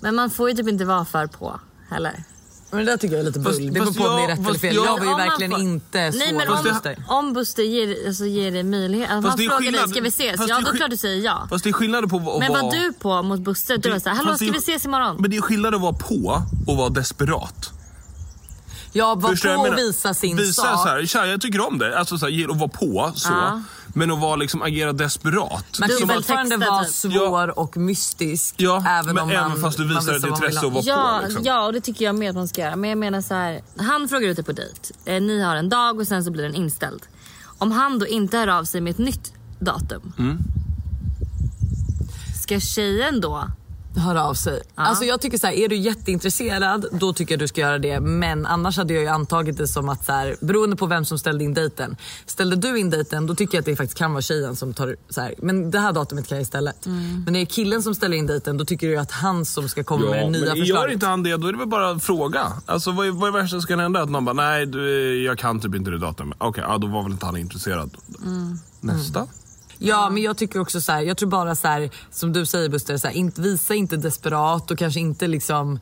Men man får ju typ inte vara för på heller.
Men det där tycker jag är lite
Fast-
bull. Det beror
fast
på om det är
jag-
rätt
fast
eller fel. Jag,
jag-
var ju
Om man
verkligen
får-
inte så
Nej men
av
om,
Buster.
om Buster ger, alltså, ger dig möjlighet, alltså,
Fast
han
det är
frågar dig
skillnad-
ska vi ses?
fast
Ja
det är
då
skill-
klart du säger ja.
Fast det är skillnad på att vara...
Men vad du på mot Buster? Du var såhär, hallå
fast det
ska
är-
vi ses imorgon?
Men det är skillnad att vara på och vara desperat.
Ja, var
Förstår du vad
på
jag
och
menar?
visa sin
visa
sak.
Så här, Tja, jag tycker om det. Alltså så här, ge- att vara på så.
Ja.
Men att vara liksom agera desperat.
Man kan ju
Dubbeltexta,
fortfarande vara
typ.
svår och mystisk.
Ja,
även
men
om
även
man,
fast du
man
visar ett
vad man
intresse
vill ha.
och vara
Ja,
på. Liksom.
ja, och det tycker jag med att man ska göra. Men jag menar så här, han frågar ut er på dejt. Eh, ni har en dag och sen så blir den inställd. Om han då inte hör av sig med ett nytt datum.
Mm.
Ska tjejen då?
Hör av sig. Alltså jag tycker så här, är du jätteintresserad då tycker jag du ska göra det. Men annars hade jag ju antagit det som att så här, beroende på vem som ställde in dejten. Ställde du in dejten då tycker jag att det faktiskt kan vara tjejen som tar så här, men det här datumet kan jag istället. Men när det är killen som ställer in dejten då tycker du ju att han som ska komma med det nya
men gör
förslaget.
inte han det, då är det väl bara att fråga. Alltså, vad, är, vad är det värsta som kan hända? Att någon bara, nej, du, jag kan typ inte det datumet. Okej, ja, då var väl inte han intresserad.
Mm.
Nästa.
Ja, men jag tycker också så här, jag tror bara så här, som du säger Buster, så här, inte, visa inte desperat och kanske inte liksom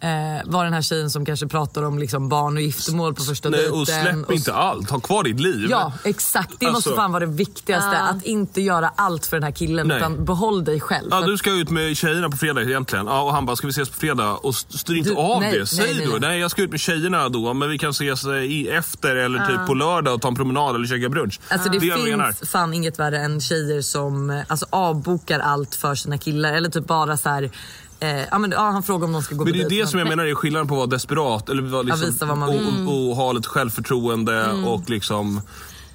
eh, vara den här tjejen som kanske pratar om liksom barn och giftermål på första
Nej,
dejten.
och släpp
och-
inte allt. Ha kvar ditt liv.
eh, Ja, exakt. Det måste
Alltså-
fan vara det viktigaste. Att inte göra allt för den här killen
Nej.
utan behåll dig själv.
Ja,
För
du
att-
ska ut med tjejerna på fredag egentligen. Ja, och han bara, ska vi ses på fredag? Och st- styr inte
Du-
av
nej,
det. Säg
nej, nej,
då,
nej.
nej. jag ska ut med tjejerna då, men vi kan ses eh, i efter eller typ på lördag och ta en promenad eller käka brunch.
Ah. Alltså det
är vad jag menar.
finns fan inget värre än tjejer som eh, alltså, avbokar allt för sina killar. Eller typ bara så här, eh, ja, men, ja, han frågar om de ska gå
Men
på
det är
dejt.
det som jag menar är skillnaden på att vara desperat eller vara liksom,
visa vad man vill.
och, och, och ha lite självförtroende
Mm.
och liksom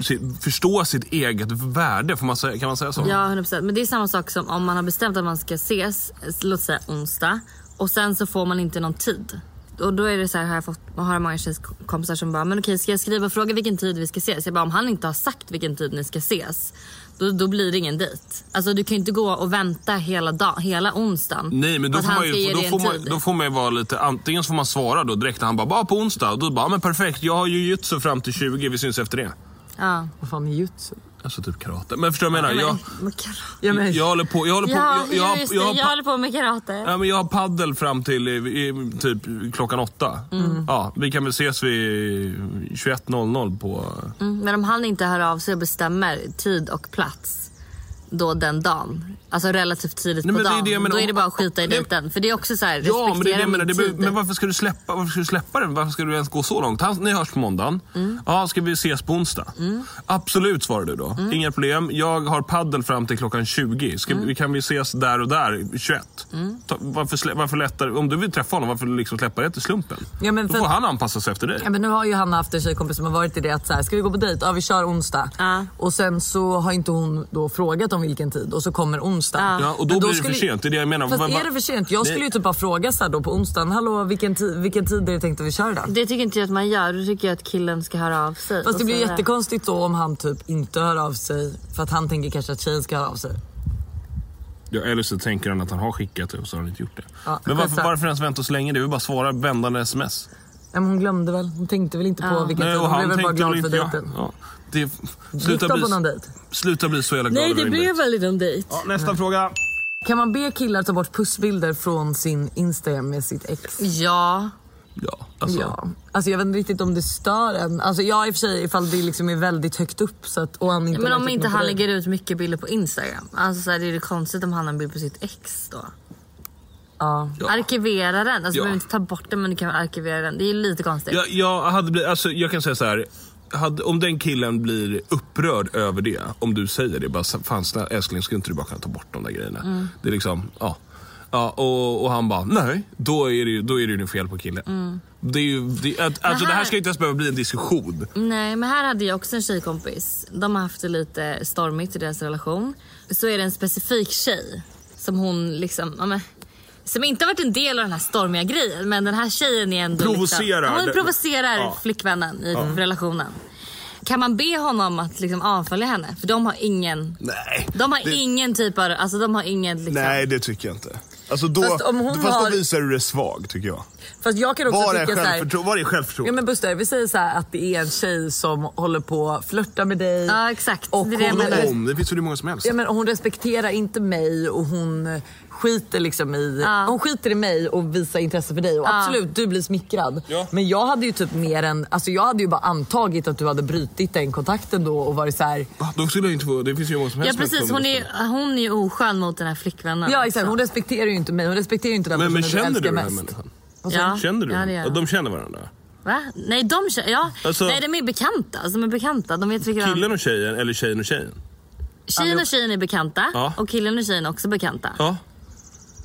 se- förstå sitt eget värde. Får man säga, kan man säga så?
Ja, 100%. Men det är samma sak som om man har bestämt att man ska ses, eh, låt säga onsdag. Och sen så får man inte någon tid. Och då är det så här, har jag fått, man har många tjejkompisar som bara, men okej ska jag skriva och fråga vilken tid vi ska ses? Jag bara, om han inte har sagt vilken tid ni ska ses, då, då blir det ingen dejt. Alltså du kan ju inte gå och vänta hela, dag, hela onsdagen.
Nej men då
att
får,
han
man
ska
ju,
ge
då,
dig en
får man,
tid.
då får man ju vara lite, antingen så får man svara då direkt när han bara, bara på onsdag. Då bara, men perfekt jag har ju jujutsu fram till 20, vi syns efter det.
Ja.
Vad fan är jutsu?
Alltså typ karate. Men förstår du vad jag menar?
Men,
Jag,
men karate.
Ja, men,
jag håller på... Jag håller på...
Ja,
Jag, jag,
just det.
jag,
Jag,
har pa-
håller på med karate.
Ja, men jag har paddel fram till eh, i- typ klockan åtta.
Mm.
Ja, vi kan väl ses vid 21.00 på...
Mm, men om han inte hör av sig och bestämmer tid och plats då den dagen, alltså relativt tidigt
Nej,
på
men det är
dagen,
det jag menar.
då är det bara att skita i
Det-
dejten. För det är också så här, respektera
Ja, men, det, är det jag menar,
min
det,
tid.
behöver- men varför ska, du släppa, varför ska du släppa den? Varför ska du ens gå så långt? Han, ni hörs på måndagen.
Mm.
Ja, ska vi ses på onsdag? Absolut, svarar du då.
Mm.
Inga problem. Jag har paddel fram till klockan 20. Ska,
Mm.
vi- Kan vi ses där och där 21? Ta, varför, slä- varför lättar, om du vill träffa honom, varför liksom släppa det till slumpen?
Ja, men
då
för-
får han anpassa sig efter dig.
Ja, men nu har ju Hanna haft en tjejkompis som har varit i det att så här, ska vi gå på dejt? Ja vi kör onsdag.
Ja.
Och sen så har inte hon då frågat om vilken tid och så kommer onsdag.
Ja, och då
Men
blir det för sent. Det är det jag menar.
Fast
Vad- vad-
är det för sent? Jag skulle
Nej.
ju typ bara fråga så här då på onsdagen. Hallå vilken, ti- vilken tid är det tänkt att vi kör idag?
Det tycker inte jag att man gör. Då tycker jag att killen ska höra av sig.
Fast det
och
blir
säga-
jättekonstigt då om han typ inte hör av sig för att han tänker kanske att tjejen ska höra av sig.
Ja, eller så tänker han att han har skickat det och så har han inte gjort det.
Ja,
men varför,
skitsamma.
varför ens vänta så länge? Det är väl bara att svara vändande sms.
Ja, men hon glömde väl. Hon tänkte väl inte på vilken
Nej,
tid.
och
Hon blev
han
väl bara
tänkte väl
glad för
inte... Ja,
dejten.
ja. Det,
Gick
sluta,
de på
bli,
någon dejt?
sluta bli så jävla glad
Nej,
över
det
din
blev
dejt. Mm.
väl en dejt.
Ja, nästa fråga.
Kan man be killar ta bort pussbilder från sin Instagram med sitt ex?
Ja.
Ja, alltså.
Ja. Alltså jag vet inte riktigt om det stör en. Alltså jag i och för sig ifall det liksom är väldigt högt upp så att, och han inte
Men
har
om
lagt
inte
upp något
han
på det.
lägger ut mycket bilder på Instagram. Alltså så här, det är det konstigt om han har en bild på sitt ex då.
Ja.
Ja.
Arkivera den. Alltså du
Ja.
behöver inte ta bort den men du kan väl arkivera den. Det är ju lite konstigt.
Jag, jag, hade blivit, alltså, jag kan säga så här. Hade, om den killen blir upprörd över det, om du säger det, bara fan snälla, älskling skulle inte du bara kunna ta bort de där grejerna?
Mm.
Det är liksom, ja. ja och, och han bara, nej, då är det ju då är det ju något fel på killen.
Mm.
Det är ju, det, att, alltså, det här
här-
ska ju inte ens behöva bli en diskussion.
Nej, men här hade jag också en tjejkompis. De har haft det lite stormigt i deras relation. Så är det en specifik tjej som hon liksom... Ja, men, som inte har varit en del av den här stormiga grejen. Men den här tjejen är ändå...
Provocerar.
Liksom, hon provocerar
Ja.
flickvännen i relationen. Kan man be honom att liksom avfölja henne? För de har ingen...
Nej.
De har
det-
ingen typ av... Alltså de har ingen liksom...
Nej, det tycker jag inte. Alltså då,
Fast
fast,
om hon
fast
har-
då visar du dig svag tycker jag.
Fast jag kan också
Var är,
tycka så här,
självförtro- var är självförtroende?
Ja men Buster, vi säger så här att det är en tjej som håller på att flirta med dig.
Ja, exakt.
Och
Det är det jag
hon-
menar.
Om, det finns hur många som helst.
Ja, men hon respekterar inte mig och hon skiter liksom i Hon skiter i mig och visar intresse för dig. Och absolut, du blir smickrad.
Ja.
Men jag hade ju typ mer än... Alltså jag hade ju bara antagit att du hade brutit den kontakten då och varit så här...
Va? Då skulle jag inte få, det finns ju hur många som
Ja
helst. som
precis,
inte
hon
kommer
är,
att
ju- hon är ju oskön mot den här flickvännen.
Ja exakt, hon respekterar ju inte mig. Hon respekterar ju inte den
Men, men
personen du
känner
älskar
du den här
mest.
människan?
ja.
Känner du
ja,
den?
det gör
ja,
hon.
De känner varandra?
Va? Nej, de, kö- ja.
Alltså-
Nej, de är bekanta. Alltså, de är bekanta. De vet vilka
Killen och tjejen eller tjejen och tjejen?
Tjejen och tjejen är bekanta
Ja.
och killen och tjejen är också bekanta.
Ja.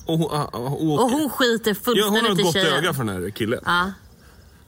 Och, hon- ah, ah, och,
Och hon skiter
ja, hon har
fullständigt
ett
i
gott
tjejen.
öga för den här killen.
Ja.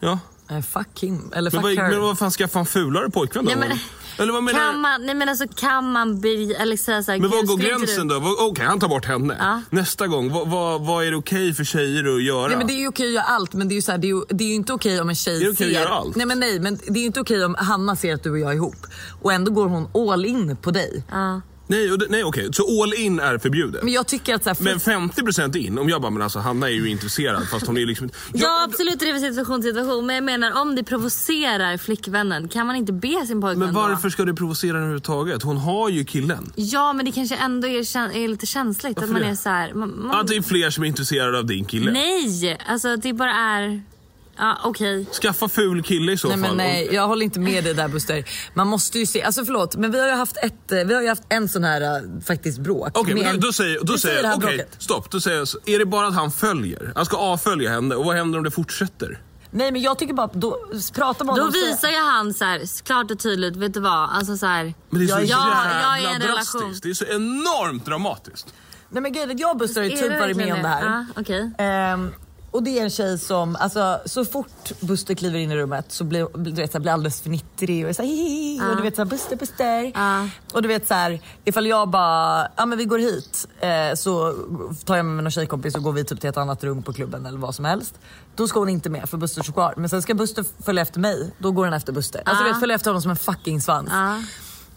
Ja.
Nej, Eh, fuck him. Eller
Men
fuck
vad,
her.
men vad fan skaffar han fulare pojkvän då?
Nej, men-
Eller vad menar
Kan man, nej men alltså kan man bli, eller säga såhär,
Men var går gränsen då? Vad- Okej, han tar bort henne.
Ja.
Nästa gång, vad, vad, vad är det okej för tjejer att göra?
Nej, men det är ju okej att göra allt men det är ju, så här, det är ju, det är ju inte okej om en tjej
Är det okej att
ser...
göra allt?
Nej, men nej, men det är ju inte okej om Hanna ser att du och jag är ihop och ändå går hon all in på dig.
Ja.
Nej, och det- nej okej, så all in är förbjudet.
Men jag tycker att så här, för-
Men 50% in, om jag bara, men alltså Hanna är ju intresserad fast hon är liksom inte...
Ja absolut det är situation till situation men jag menar om det provocerar flickvännen kan man inte be sin pojkvän
Men
då?
varför ska du provocera henne överhuvudtaget? Hon har ju killen.
Ja men det kanske ändå är, kän- är lite känsligt att man
det? typ-
är såhär. Man, man,
Att det är fler som är intresserade av din kille.
nej! Alltså det bara är, ja okej.
Skaffa ful kille i så
Nej,
fall.
men nej, jag håller inte med dig där Buster. Man måste ju se, alltså förlåt, men vi har ju haft, ett, eh, vi har ju haft en sån här eh, faktiskt bråk.
Okej,
med
men
en-
då säger, då
Vi
säger,
det här
okej,
bråket.
stopp. Då säger jag, så- är det bara att han följer? Han ska avfölja henne och vad händer om det fortsätter?
Nej men jag tycker bara, då pratar man
Då
om...
visar ju han så här, klart och tydligt, vet du vad? Alltså så här,
Men det är så
jag,
jävla
jag är i en
drastiskt.
relation.
Det är så enormt dramatiskt.
Nej men grejen är att jag och Buster har ju
Är
typ
det
varit med
verkligen
om det här.
Ja, okej.
Ehm, och det är en tjej som, alltså så fort Buster kliver in i rummet så blir blir- du vet, så här, blir alldeles för nittrig och är så här, hihihi, och du vet så här, Buster, Buster.
Ja.
Och du vet så här, ifall jag bara, ja men vi går hit, eh, så tar jag med mig någon tjejkompis och går vi typ till ett annat rum på klubben eller vad som helst. Då ska hon inte med för Buster står kvar. Men sen ska Buster följa efter mig, då går hon efter Buster. Alltså du vet, följa efter honom som en fucking svans.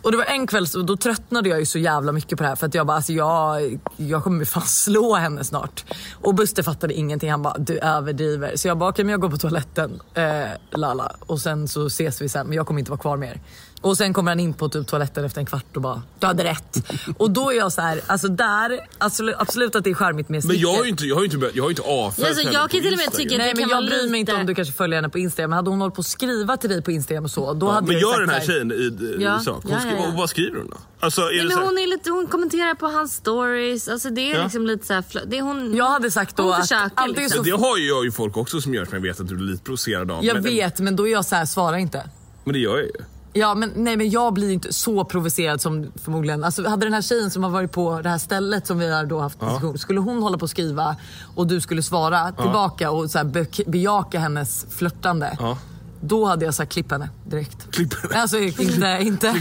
Och det var en kväll, så- och då tröttnade jag ju så jävla mycket på det här för att jag bara, alltså jag, jag kommer ju fan slå henne snart. Och Buster fattade ingenting, han bara, du överdriver. Så jag bara, okej men jag går på toaletten, eh, lala. Och sen så ses vi sen, men jag kommer inte vara kvar mer. Och sen kommer han in på typ toaletten efter en kvart och bara, du hade rätt. och då är jag så här, alltså där, absolut, absolut att det är charmigt med
Men
snicket.
jag har ju inte, jag har ju inte, börjat- jag har ju inte avföljt
Ja, så
henne
alltså, jag
på
kan till och med
Instagram.
tycka-
Nej
Det kan
men jag
vara
bryr mig inte
lite-
om du kanske följer henne på Instagram. Men hade hon hållit på att skriva till dig på Instagram och så, då hade
Men
jag
gör
sagt
den här
så här,
tjejen i, i
Ja,
sak. Hon
ja,
skriver,
ja, ja.
Vad skriver hon då? Alltså, är det
Nej, men
så här,
hon, är lite, hon kommenterar på hans stories. Alltså det är
Ja.
liksom lite så här, flö- det är hon,
Jag hade sagt då
hon
att
försöker,
antingen
liksom.
Men det har ju jag ju folk också som gör som jag vet att du blir lite provocerad av.
Jag
men,
vet men då är jag så här, svara inte.
Men det gör jag ju.
Ja, men, nej, men jag blir inte så provocerad som förmodligen... Alltså, hade den här tjejen som har varit på det här stället som vi har då haft diskussion, skulle hon hålla på och skriva och du skulle svara tillbaka och så här, be- bejaka hennes flörtande,
Ja.
då hade jag sagt klipp henne direkt.
Klipp henne.
Alltså inte... inte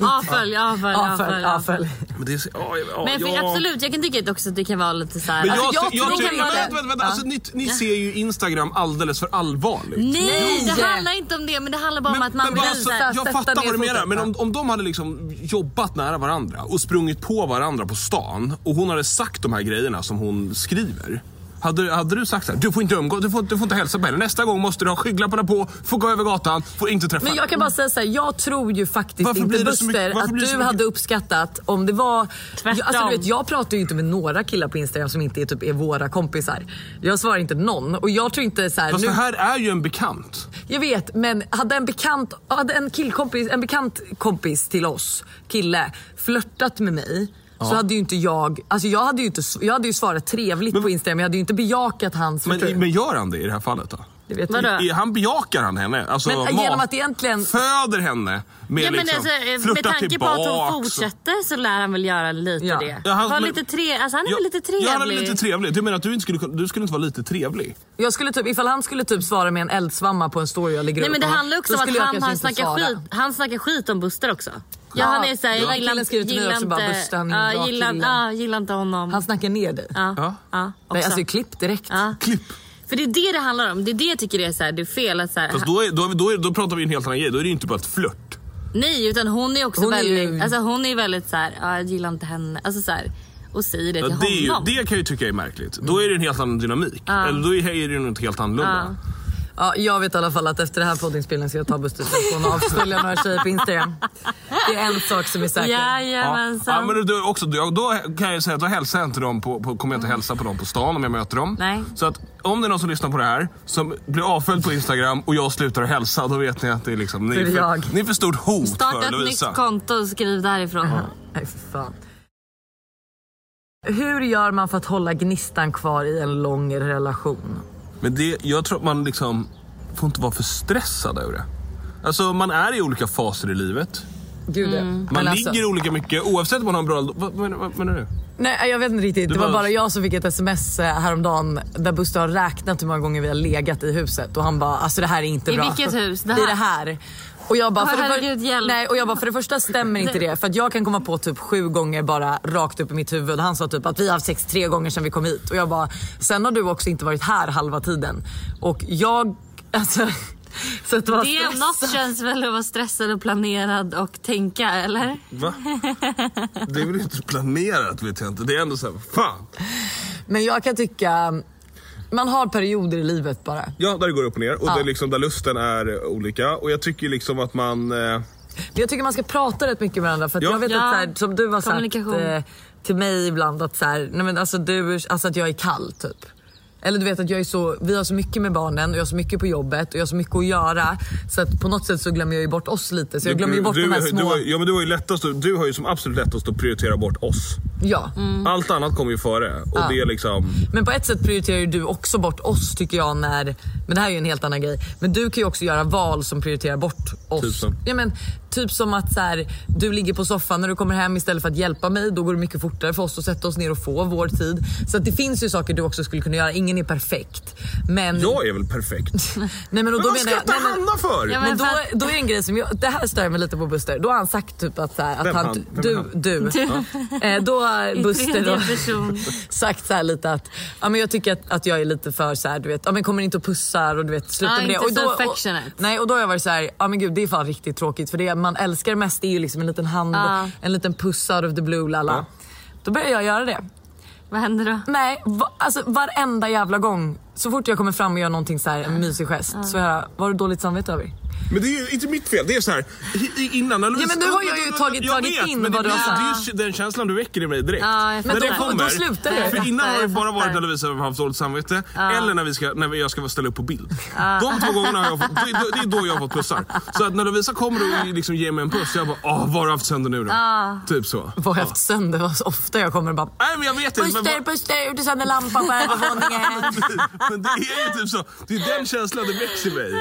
Avfölj, avfölj, avfölj. avfölj.
avfölj, avfölj.
Men det är så, ja, ja,
Men för,
ja.
absolut, jag kan tycka att också att det kan vara lite så här...
Men jag,
Alltså, jag
jag, jag,
tror
tycker-
det kan vara-
vänta, vänta, vänta. Alltså, ni, ni ser ju Instagram alldeles för allvarligt.
Nej,
Nej.
det handlar inte om det. Men det handlar bara om att man blir
bara,
så här...
sätta
alltså, jag fattar
ner
vad du menar,
foten.
men om, om de hade liksom jobbat nära varandra och sprungit på varandra på stan och hon hade sagt de här grejerna som hon skriver. Hade, hade du sagt så här, du får inte umgås, du får, du får inte hälsa på henne. Nästa gång måste du ha skygglapparna på, får gå över gatan, får inte träffa
Men jag kan bara säga så här, jag tror ju faktiskt
Varför
inte
blir det så
Buster
mycket- varför
att
blir det så
du
mycket-
hade uppskattat om det var...
Tvärtom.
Alltså, du vet, jag pratar ju inte med några killar på Instagram som inte är, typ, är våra kompisar. Jag svarar inte någon och jag tror inte så här,
Fast
nu,
det här är ju en bekant.
Jag vet men hade en bekant, hade en killkompis, en bekant kompis till oss, kille, flörtat med mig så hade ju inte jag, alltså jag hade ju inte, jag hade ju svarat trevligt på Instagram, jag hade ju inte bejakat hans
Men,
förtroende.
men gör han det i det här fallet då?
Det vet
Vadå?
jag.
Ja.
Är han bejakar han henne? Alltså,
Men äh,
mat-
genom att egentligen-
Föder henne med
Ja, men
liksom,
alltså, eh, med
flörtar
tanke på att
tillbaks
hon
och-
fortsätter så lär han väl göra lite
Ja.
det.
Ja, han-
Var
men-
lite tre... alltså, han är
Ja,
väl lite trevlig?
Ja, han är väl lite trevlig. Du menar att du inte skulle, kunna- du skulle inte vara lite trevlig?
Jag skulle typ, ifall han skulle typ svara med en eldsvamma på en story jag lägger
Nej
upp
men det
om honom,
handlar också
då
om att
skulle jag
han,
kanske
han,
inte
snackar
svara.
skit, han snackar skit om Buster också. Ja, han är såhär,
Ja.
jag gillar,
Killen skriver till mig
gillar
också
inte,
bara, "Buster, han är en
ja,
bra
gillar,
kille."
ja, gillar inte honom.
Han snackar ner dig.
ja,
Ja.
ja.
Nej,
också.
alltså klipp direkt.
ja.
Klipp.
För det är det det handlar om. Det är det jag tycker är, så här, det är fel. Att, så här,
Fast då, är, då, är, då, är, då pratar vi en helt annan grej. Då är det ju inte bara ett flört.
Nej, utan hon är också
Hon är ju-
väldigt, alltså, hon är väldigt så här, ja, jag gillar inte henne. Alltså, så här, och säger det till
Ja, det, är ju,
honom.
det kan jag ju tycka är märkligt. Då är det en helt annan dynamik. Eller då är det ju något helt annorlunda.
Ja, jag vet i alla fall att efter det här poddinspelningen ska jag ta Busters telefon och avslöja några tjejer på Instagram. Det är en sak som är säker.
Jajamensan.
Ja, men då, också, då, då kan jag ju säga att då hälsar jag inte dem på, på, kommer jag inte hälsa på dem på stan om jag möter dem.
Nej.
Så att om det är någon som lyssnar på det här som blir avföljd på Instagram och jag slutar att hälsa, då vet ni att det är liksom, ni, är
För
för,
jag.
ni är för stort hot
Starta
för
ett
Lovisa.
nytt konto och skriv därifrån.
Nej, för fan. Hur gör man för att hålla gnistan kvar i en lång relation?
Men det, jag tror att man liksom får inte vara för stressad över det. Alltså man är i olika faser i livet.
Gud ja.
Mm.
Men
Man
alltså-
ligger olika mycket oavsett om man har en bra... Vad, vad, vad menar du?
Nej, jag vet inte riktigt. Det var
bara-
bara jag som fick ett sms eh, häromdagen där Buster har räknat hur många gånger vi har legat i huset och han bara, alltså det här är inte
I
bra.
vilket hus? Det
I
här?
det här. Och jag bara,
Åh,
för det,
herregud, hjälp.
nej, och jag bara, för det första stämmer inte det. För att jag kan komma på typ sju gånger bara rakt upp i mitt huvud. Han sa typ att vi har haft sex tre gånger sedan vi kom hit. Och jag bara, sen har du också inte varit här halva tiden. Och jag, alltså. Så att vara
Det är
stressad-
något känns väl att vara stressad och planerad och tänka, eller?
Va? Det är väl inte planerat vet jag inte. Det är ändå så här, fan.
Men jag kan tycka, man har perioder i livet bara.
Ja, där det går upp och ner och det är liksom där lusten är olika. Och jag tycker liksom att man... Eh,
Men Jag tycker man ska prata rätt mycket med varandra. För att
Ja.
jag vet
Ja.
att så här, som du har sagt
Kommunikation.
eh, till mig ibland att, så här, nej men alltså, du, alltså att jag är kall typ. Eller du vet att jag är så, vi har så mycket med barnen och jag har så mycket på jobbet och jag har så mycket att göra. Så att på något sätt så glömmer jag ju bort oss lite. Så jag glömmer ju bort de här
du,
små...
har- ja, men du, har ju lättast, att- du har ju som absolut lättast att prioritera bort oss.
Ja.
Allt annat kommer ju före. Och det är liksom...
Men på ett sätt prioriterar ju du också bort oss tycker jag när, men det här är ju en helt annan grej. Men du kan ju också göra val som prioriterar bort oss.
Typ som?
Ja, men, typ som att så här, du ligger på soffan när du kommer hem istället för att hjälpa mig. Då går det mycket fortare för oss att sätta oss ner och få vår tid. Så att det finns ju saker du också skulle kunna göra. Ingen är perfekt. Men...
Jag är väl perfekt. Men
Nej, men, och då
vad
menar jag,
skrattar
nej, men,
Hanna för?
Ja,
men
Men
då,
för
då är en grej som jag, det här stör jag mig lite på Buster. Då har han sagt typ att, så här, att
Vem
han,
han? Vem
du,
han?
du, Eh, då har
I
Buster
tredje
då,
person.
sagt så här lite att, ja men jag tycker att, att jag är lite för så här, du vet, ja men kommer inte och pussar och du vet, sluta
Ja,
med det.
inte
och
så
då,
affectionate.
och, nej och då har jag varit så här, ja men gud det är fan riktigt tråkigt för det man älskar mest är ju liksom en liten hand,
Ja.
en liten puss out of the blue lala. Då börjar jag göra det.
Vad händer då?
Nej, va, alltså varenda jävla gång. Så fort jag kommer fram och gör någonting så här, en mysig gest så hör jag, vad har du dåligt samvete över?
Men det är ju inte mitt fel. Det är så här, i- i- innan när Lovisa...
Ja, men nu har jag ju tagit- tagit in
men
vad
det,
du har
det, det är ju den känslan du väcker i mig direkt.
Ja, jag
när
fattar.
det
Men då-
kommer.
då slutar jag.
För innan har det
Jag
bara
fattar.
varit när Lovisa har haft dåligt samvete eller när, vi ska, när jag ska ställa upp på bild. De två gångerna har jag fått, det, det är då jag har fått pussar. Så att när Lovisa kommer och liksom ger mig en puss, jag bara åh, vad har du haft sönder nu då? Typ så.
Vad har jag haft sönder? Vad så ofta jag kommer och bara...
Nej men jag vet inte. men
Buster, Buster, du sönder lampan på övervåningen.
bara- Men det är ju typ så. Det är den känslan det växer i mig.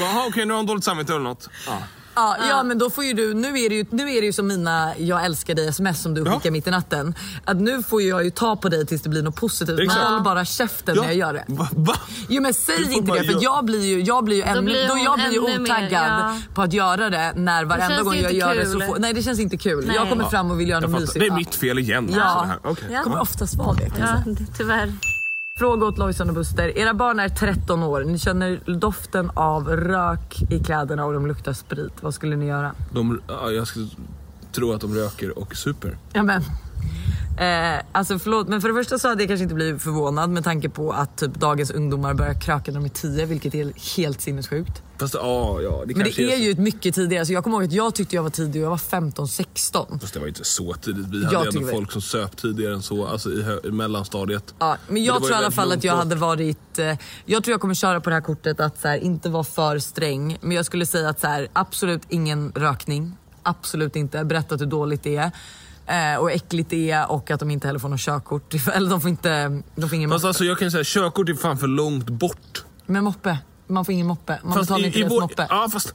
Bara, Jaha okej nu har hon dåligt samvete eller något. Ja.
Ja, ja men då får ju du, nu är det ju, nu är det ju som mina jag älskar dig sms som du
Ja.
skickar mitt i natten. Att nu får ju jag ju ta på dig tills det blir något positivt. Men
Exakt.
håll bara käften
Ja.
när jag gör det.
Va? Va?
Jo men säg
får
inte
bara
det för
göra-
jag blir ju, jag blir ju, ännu,
blir
då
hon
jag blir ju
ännu mer,
otaggad
ja.
på att göra det när varenda
känns
gång
ju
jag
inte
gör det så
kul.
får, Nej det känns inte kul.
Nej.
Jag kommer fram och vill göra
Jag
något
fattar.
mysigt.
Det är mitt fel igen.
Ja.
alltså, det här. Okej.
Ja. kommer oftast vara det. kan jag
Ja,
säga.
det, tyvärr.
Fråga åt Lojsan och Buster. Era barn är 13 år. Ni känner doften av rök i kläderna och de luktar sprit. Vad skulle ni göra?
De, ja, jag skulle tro att de röker och super.
Ja, men. Eh, alltså förlåt, men för det första så hade jag kanske inte blivit förvånad med tanke på att typ dagens ungdomar börjar kröka när de är 10, vilket är helt sinnessjukt.
Fast ja, ja det
Men
kanske
det är
så.
ju ett mycket tidigare, så jag kommer ihåg att jag tyckte jag var tidig och jag var 15-16.
Fast det var ju inte så tidigt. Vi
Jag
hade ju
tycker
ändå
vi-
folk som söp tidigare än så, alltså i, hö- i mellanstadiet.
Ja, men
det
jag
var
tror
ju
i alla
väldigt
fall
långt
att jag
bort.
hade varit... Eh, jag tror jag kommer köra på det här kortet att så här, inte vara för sträng. Men jag skulle säga att så här, absolut ingen rökning. Absolut inte. Berätta hur dåligt det är. Eh, och äckligt det är och att de inte heller får något körkort. Eller de får inte... De får ingen
Fast alltså jag kan ju säga, körkort är fan för långt bort.
Men moppe. Man får ingen moppe. Man betalar inte ens
vår-
moppe.
Ja, fast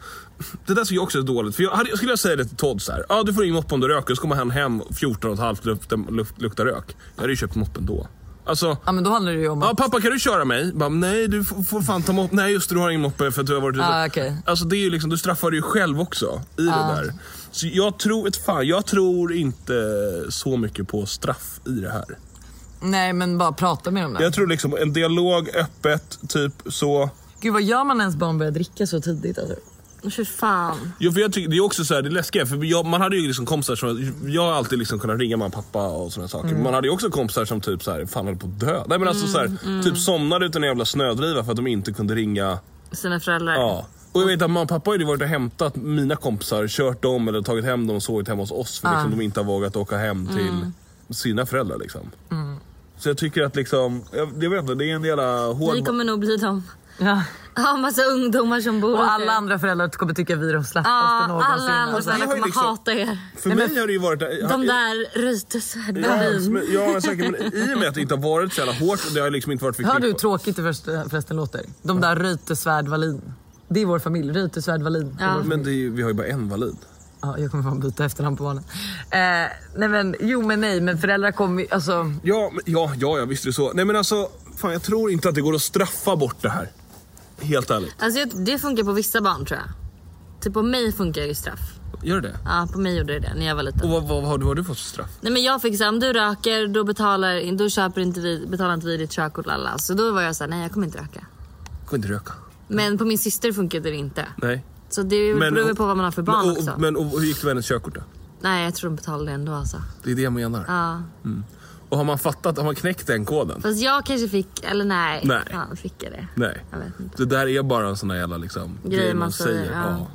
det där tycker jag också är dåligt. För jag hade, skulle jag säga det till Todd så här. Ja, du får ingen moppe om du röker. Så kommer han hem 14 och ett halvt luft, luft, luktar rök. Jag hade ju köpt moppen då. Alltså,
Ja men då handlar det ju om
Ja,
att...
pappa kan du köra mig? Bara, nej, du får får fan ta moppe. Nej, just det, du har ingen moppe för att du har varit
Ah, okej. Ah.
Alltså det är ju liksom, du straffar dig ju själv också i det där. Så jag tror, ett fan, jag tror inte så mycket på straff i det här.
Nej men bara prata med dem där.
Jag tror liksom en dialog öppet, typ så.
Gud vad gör man när ens barn börjar dricka så tidigt alltså?
Fy fan.
Jo, för jag tycker, det är också så här, det läskiga, för jag, man hade ju liksom kompisar som, jag har alltid liksom kunnat ringa mamma och pappa och sådana saker.
Mm.
Men Man hade ju också kompisar som typ så här, fan höll på att dö. Nej men alltså så här,
mm.
typ somnade utan en jävla snödriva för att de inte kunde ringa
Sina föräldrar.
Ja. Och jag vet att mamma och pappa har ju varit och hämtat mina kompisar, kört dem eller tagit hem dem och sovit hemma hos oss för liksom de inte har vågat åka hem till sina föräldrar. Liksom. Så jag tycker att liksom, jag, jag vet inte, det är en jävla hård...
Vi kommer nog bli de.
Ja.
Ja, massa ungdomar som bor
Och alla
här.
andra föräldrar kommer tycka vi är de slappaste
Ja, alla
någonsin.
andra
alltså.
föräldrar
har ju
kommer
liksom-
hata er.
För mig har det ju varit...
De där rytesvärdarna.
Ja, men, ja, men säkert, men i och med att det inte har varit så jävla hårt, det har liksom inte varit
Hör
förknippat.
du hur tråkigt det först- förresten låter? De där Reuterswärd Wallin. Det är vår familj, Reuterswärd Wallin. är
Ja.
vår familj.
Men det är, ju- vi har ju bara en valid.
Ja, jag kommer fan byta efternamn på barnen. Eh, nej men, jo men nej, men föräldrar kommer ju... Alltså,
Ja, men- ja, ja, ja, visst är det så. Nej men alltså, fan, jag tror inte att det går att straffa bort det här. Helt ärligt.
Alltså, jag- det funkar på vissa barn tror jag. Typ på mig funkar ju straff.
Gör det
Ja, på mig gjorde det det när jag var liten.
Och vad, vad, har du- vad har du fått för straff?
Nej men jag fick så här, om du röker då betalar, då köper inte vi, betalar inte vi ditt körkort lalla. Så då var jag såhär, nej jag kommer inte röka.
Går inte röka.
Men på min syster funkade det inte.
Nej.
Så det beror ju på vad man har för barn
men, och,
också.
Men och, hur gick det med hennes körkort då?
Nej jag tror de betalade ändå alltså.
Det är det jag menar.
Ja.
Och har man fattat, har man knäckt den koden?
Fast jag kanske fick, eller nej.
Nej.
Fan, fick jag det?
Nej.
Jag vet inte.
Det där är bara en sån där jävla liksom, grej man säger. Ja.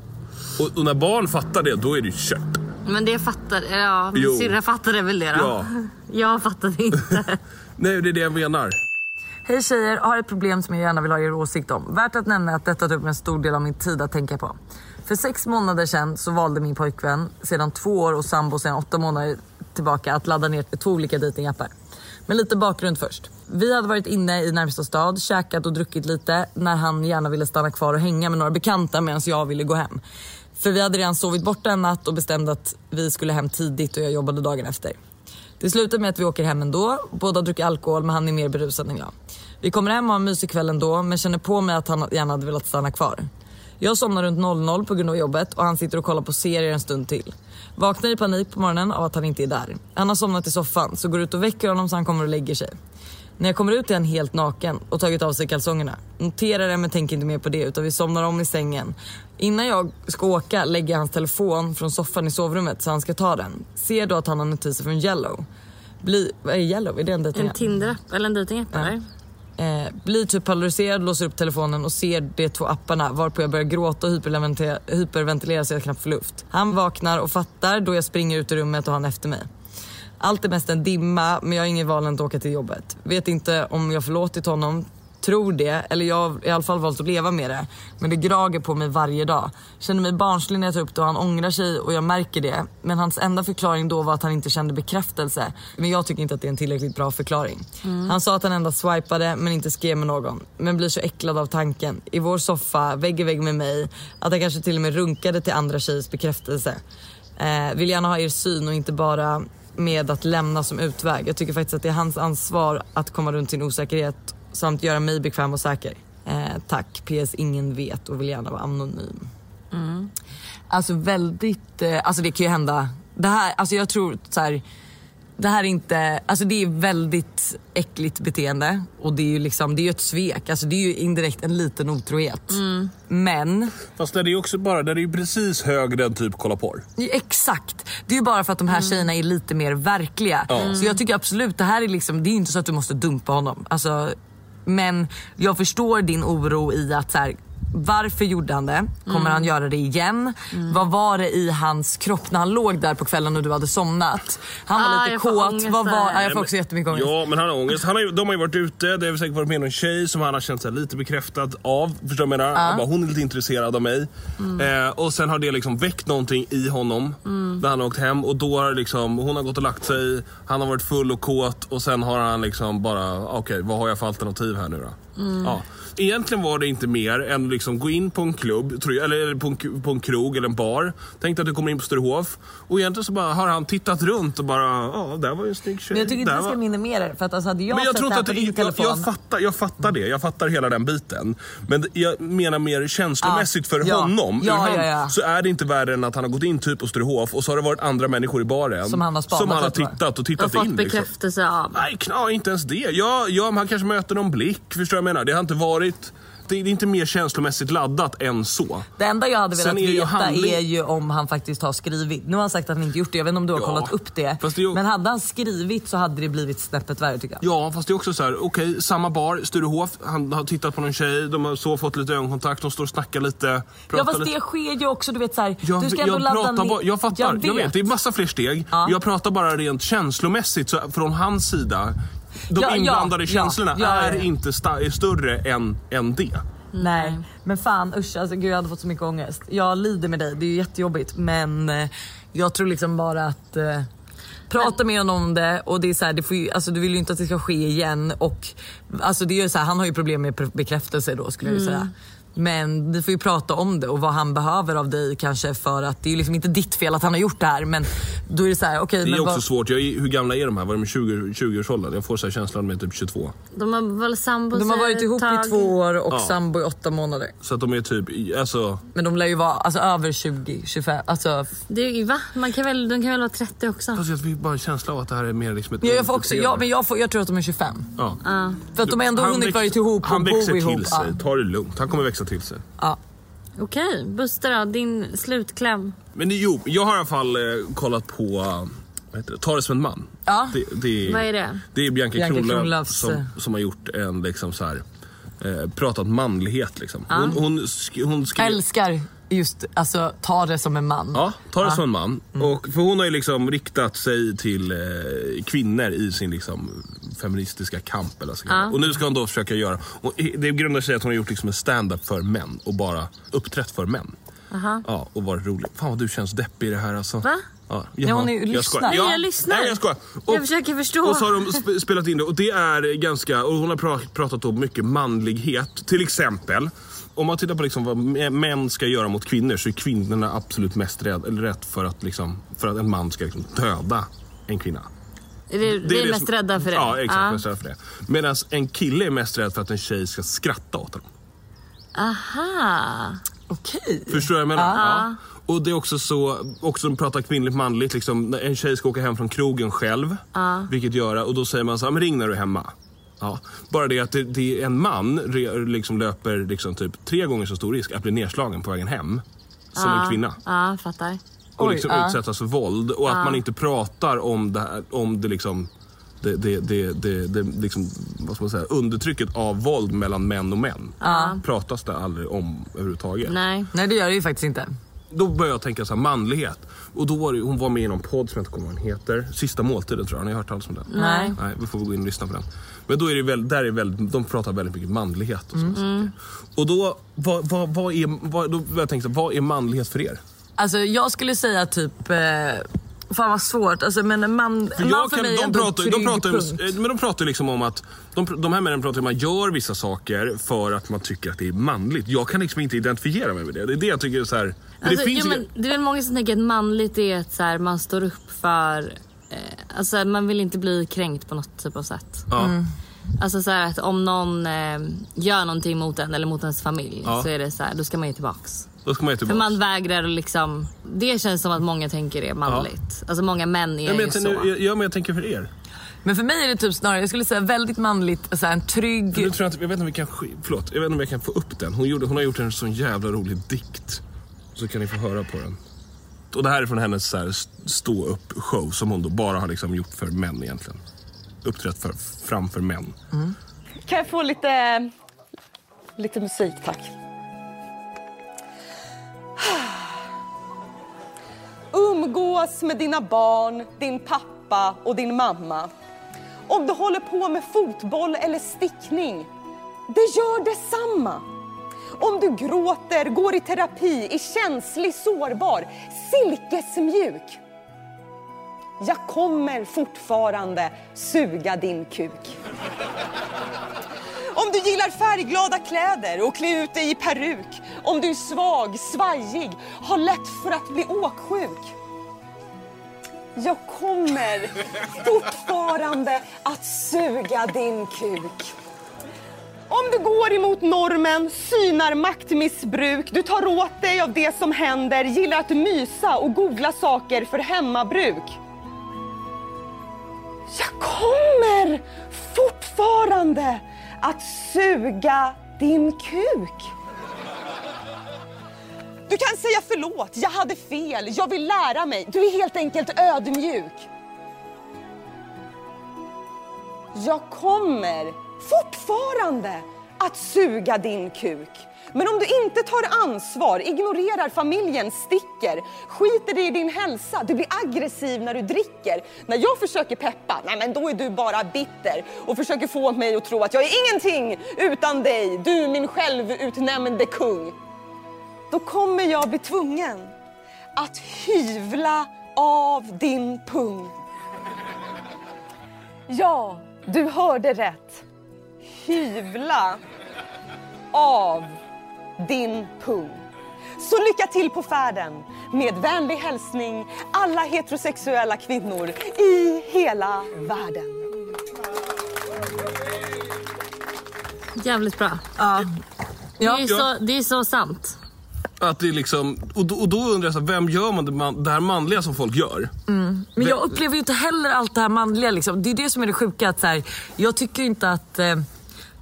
Och, och när barn fattar det, då är det ju kört.
Men det fattade, ja min
Jo.
syrra fattade väl det då.
Ja.
Jag fattade inte.
Nej, det är det jag menar.
Hej tjejer, har ett problem som jag gärna vill ha er åsikt om. Värt att nämna att detta tog upp en stor del av min tid att tänka på. För sex månader sedan så valde min pojkvän, sedan två år och sambo sedan åtta månader tillbaka, att ladda ner två olika datingappar. Men lite bakgrund först. Vi hade varit inne i närmsta stad, käkat och druckit lite när han gärna ville stanna kvar och hänga med några bekanta medan jag ville gå hem. För vi hade redan sovit borta en natt och bestämde att vi skulle hem tidigt och jag jobbade dagen efter. Det slutar med att vi åker hem ändå. Båda dricker alkohol men han är mer berusad än jag. Vi kommer hem och har en mysig kväll ändå men känner på mig att han gärna hade velat stanna kvar. Jag somnar runt 00 på grund av jobbet och han sitter och kollar på serier en stund till. Vaknar i panik på morgonen av att han inte är där. Han har somnat i soffan så går ut och väcker honom så han kommer och lägger sig. När jag kommer ut är han helt naken och tagit av sig kalsongerna. Noterar det men tänker inte mer på det utan vi somnar om i sängen. Innan jag ska åka lägger jag hans telefon från soffan i sovrummet så han ska ta den. Ser då att han har notiser från Yellow. Bli, vad är Yellow? Är det en
En
dejtingapp?
Tinder eller en dejtingapp eller?
Eh, blir typ polariserad, låser upp telefonen och ser de två apparna varpå jag börjar gråta och hypervente- hyperventilera så jag knappt får luft. Han vaknar och fattar då jag springer ut ur rummet och han efter mig. Allt är mest en dimma men jag har inget val än att åka till jobbet. Vet inte om jag förlåtit honom, tror det, eller jag har i alla fall valt att leva med det. Men det grager på mig varje dag. Känner mig barnslig när jag tar upp det och han ångrar sig och jag märker det. Men hans enda förklaring då var att han inte kände bekräftelse. Men jag tycker inte att det är en tillräckligt bra förklaring. Han sa att han endast swipade men inte skrev med någon. Men blir så äcklad av tanken. I vår soffa, vägg i vägg med mig. Att han kanske till och med runkade till andra tjejers bekräftelse. Eh, vill gärna ha er syn och inte bara med att lämna som utväg. Jag tycker faktiskt att det är hans ansvar att komma runt sin osäkerhet samt göra mig bekväm och säker. Eh, tack. PS. Ingen vet och vill gärna vara anonym. Alltså väldigt, eh, alltså det kan ju hända. Det här, alltså jag tror så här, det här är inte, alltså det är väldigt äckligt beteende och det är ju liksom, det är ju ett svek. Alltså det är ju indirekt en liten otrohet. Men
Fast där är ju också bara, där är ju precis högre än typ kolla porr.
Ja, Exakt. Det är ju bara för att de
Mm.
här tjejerna är lite mer verkliga. Så jag tycker absolut, det här är liksom, det är ju inte så att du måste dumpa honom. Alltså, men jag förstår din oro i att så här, varför gjorde han det? Kommer
Mm.
han göra det igen? Vad var det i hans kropp när han låg där på kvällen och du hade somnat? Han var
Ah,
lite
jag får
kåt.
ångest
Vad var,
där.
ja, jag får också jättemycket ångest.
Ja, men han har ångest. Han har, ju- de har ju varit ute, det har säkert varit med någon tjej som han har känt sig lite bekräftad av. Förstår du vad jag menar? Han bara, hon är lite intresserad av mig.
Mm.
Eh, och sen har det liksom väckt någonting i honom när han har åkt hem. Och då har det liksom, hon har gått och lagt sig, han har varit full och kåt och sen har han liksom bara, okej vad har jag för alternativ här nu då?
Mm.
Ja. Egentligen var det inte mer än att liksom gå in på en klubb, tror jag, eller på en, k- på en krog eller en bar. Tänk att du kommer in på Sturehof och egentligen så bara har han tittat runt och bara, ja där var ju en snygg tjej.
Men jag tycker inte
där
vi ska
var-
minimera det. För att alltså, hade jag,
men jag
sett
tror
det
inte
här
att
på
det,
din
jag,
telefon.
jag, fattar, jag fattar det. Jag fattar hela den biten. Men d- jag menar mer känslomässigt
Ja,
för
ja.
honom.
Ja,
Ur
ja,
han,
ja.
Så är det inte värre än att han har gått in typ på Sturehof och så har det varit andra människor i baren.
Som han har typ, spanat
Som han har
efter.
tittat och
Och
tittat in.
fått
Liksom.
bekräftelse av.
Nej, kna, inte ens det. Ja, ja, men han kanske möter någon blick. Förstår jag vad jag menar? Det har inte varit... Det är inte mer känslomässigt laddat än så.
Det enda jag hade
Sen
velat
är ju
veta
handling-
är ju om han faktiskt har skrivit. Nu har han sagt att han inte gjort det, jag vet inte om du har
Ja,
kollat upp det.
fast det är ju-
Men hade han skrivit så hade det blivit snäppet värre tycker jag.
Ja, fast det är också så här, okej, samma bar, Sturehof. Han har tittat på någon tjej, de har så fått lite ögonkontakt, de står och snackar lite.
Ja
pratar
fast
lite.
det sker ju också, du vet såhär.
Jag,
Du ska ändå
jag,
ladda
pratar
ner.
bara, jag fattar, jag vet. Det är massa fler steg.
Ja.
Jag pratar bara rent känslomässigt så från hans sida. De
Ja, ja,
inblandade
ja,
känslorna
ja, ja, ja.
är inte sta- är större än, än det.
Nej, men fan usch alltså, gud, jag hade fått så mycket ångest. Jag lider med dig, det är ju jättejobbigt. Men eh, jag tror liksom bara att eh, prata med honom om det och det är så här, det får ju, alltså, du vill ju inte att det ska ske igen. Och, alltså, det är ju så här, han har ju problem med pre- bekräftelse då skulle jag jag säga. Men vi får ju prata om det och vad han behöver av dig kanske för att det är ju liksom inte ditt fel att han har gjort det här men då är det så här, okej
Det är
men
också
vad,
svårt. Jag, är- hur gamla är de här? Var de i 20 20-årsåldern? jag får så här känslan med typ 22.
De har väl sambos
de har varit
ett
ihop
tag.
i två år och
Ja.
sambo i åtta månader.
Så att de är typ, i- alltså,
Men de lär ju vara alltså, över 20, 25, alltså
Det är, ju- va? Man kan väl, de kan väl vara 30 också?
fast jag fick bara en känsla av att det här är mer liksom ett
Ja, jag, får också,
beteende.
ja, men jag, får, jag tror att de är 25.
Ja.
För att de har ändå
Han
hunnit
väx-
vara ihop och
Han
bo
växer
ihop.
till sig. Ta det lugnt. Han kommer växa till sig.
Ja,
Okej, Buster då, din slutkläm.
Men det, jo, jag har i alla fall eh, kollat på eh, vad heter det? Ta det som en man.
Ja.
Det, det,
Vad är det?
Det är Bianca,
Bianca
Kronlöf,
Kronlöfs,
som, som har gjort en liksom så här, eh, pratat manlighet. Liksom. Hon, hon, sk- hon
ja.
skrev...
Älskar just, alltså ta det som en man.
Ja, ta det som en man. Och, för hon har ju liksom riktat sig till eh, kvinnor i sin liksom, feministiska kamp. Eller så kan man- Och nu ska hon då försöka göra... Och det grundar sig i att hon har gjort liksom en stand-up för män och bara uppträtt för män. Ja, och varit rolig. Fan vad du känns deppig i det här alltså.
Va?
Ja, jaha,
hon är ju-
jag skojar.
lyssnar.
Nej, jag lyssnar.
Nej, jag skojar.
Jag försöker förstå.
Och så har de sp- spelat in det och det är ganska, och hon har pra- pratat om mycket manlighet. Till exempel, om man tittar på liksom vad mä- män ska göra mot kvinnor så är kvinnorna absolut mest rädd, eller rätt för att, liksom, för att en man ska liksom döda en kvinna.
Är det, vi är
det
mest
som-
rädda för det.
Ja, exakt. Alltså. Mest rädda för det. Medan en kille är mest rädd för att en tjej ska skratta åt honom.
Aha.
Okej.
Förstår du vad jag menar? Ja. Och det är också så, också de pratar kvinnligt manligt, liksom, när en tjej ska åka hem från krogen själv, vilket gör och då säger man så här, men ring när du är hemma. Ja. Bara det att det, det är en man re, liksom löper liksom typ tre gånger så stor risk att bli nedslagen på vägen hem som en kvinna.
Ja, fattar.
Och
Oj,
liksom
ja.
utsättas för våld och att man inte pratar om det, här, om det liksom det, det, det, det, det liksom, vad ska man säga, undertrycket av våld mellan män och män pratas det aldrig om överhuvudtaget.
Nej.
Nej det gör det ju faktiskt inte.
Då började jag tänka så här, manlighet. Och då var det, hon var med i någon podd som jag inte kommer ihåg vad den heter. Sista måltiden tror jag. Har ni hört talas om den?
Nej.
Nej, vi får gå in och lyssna på den. Men då är det väl, där är väl, de pratar väldigt mycket manlighet och sådana saker. Och då, vad, vad, vad är, vad, då började jag tänka så här, vad är manlighet för er?
Alltså jag skulle säga typ... Eh, fan vad svårt. Alltså, men en man för,
jag
man för
kan-
mig är
de
ändå
pratar, de
trygg
pratar,
punkt.
ju- eh, Men de pratar ju liksom om att de, pr- de här männen pratar om att man gör vissa saker för att man tycker att det är manligt. Jag kan liksom inte identifiera mig med det. Det är det jag tycker är så här. men
Alltså,
det finns
jo,
ju-
men, det är väl många som tänker att manligt är att så här, man står upp för... Eh, alltså man vill inte bli kränkt på något typ av sätt.
ja.
Alltså så här, att om någon eh, gör någonting mot en eller mot ens familj
Ja.
så är det så här, då ska man ju tillbaks.
Då ska man ju tillbaka.
För man vägrar att liksom... Det känns som att många tänker det är manligt. Alltså många män är
ja, men
ju
jag,
så.
tänker- jag, ja, men jag tänker för er.
Men för mig är det typ snarare, jag skulle säga väldigt manligt, så här, en trygg...
Nu tror jag, inte, jag, vet inte om vi kan, sk- förlåt, jag vet inte om jag kan få upp den. Hon, gjorde, hon har gjort en sån jävla rolig dikt. Så kan ni få höra på den. Och det här är från hennes så här, stå upp show som hon då bara har liksom gjort för män egentligen. Uppträtt för, framför män.
Kan jag få lite, lite musik, tack? Umgås med dina barn, din pappa och din mamma. Om du håller på med fotboll eller stickning, det gör detsamma. Om du gråter, går i terapi, är känslig, sårbar, silkesmjuk. Jag kommer fortfarande suga din kuk. Om du gillar färgglada kläder och klä ut dig i peruk. Om du är svag, svajig, har lätt för att bli åksjuk. Jag kommer fortfarande att suga din kuk. Om du går emot normen, synar maktmissbruk, du tar åt dig av det som händer, gillar att mysa och googla saker för hemmabruk. Jag kommer fortfarande att suga din kuk. Du kan säga förlåt, jag hade fel, jag vill lära mig. Du är helt enkelt ödmjuk. Jag kommer fortfarande att suga din kuk. Men om du inte tar ansvar, ignorerar familjen, sticker, skiter i din hälsa, du blir aggressiv när du dricker. När jag försöker peppa, nej men då är du bara bitter och försöker få mig att tro att jag är ingenting utan dig, du min självutnämnde kung. Då kommer jag bli tvungen att hyvla av din pung. Ja, du hörde rätt. Hyvla av din pung. Så lycka till på färden. Med vänlig hälsning alla heterosexuella kvinnor i hela världen.
Jävligt bra.
Ja.
det, är
Ja.
ju så, det är så sant.
Att det är liksom, och, då, och då undrar jag, så här, vem gör man det, man det här manliga som folk gör?
Men jag upplever ju inte heller allt det här manliga. Liksom. Det är det som är det sjuka. Att, så här, jag tycker inte att... Eh,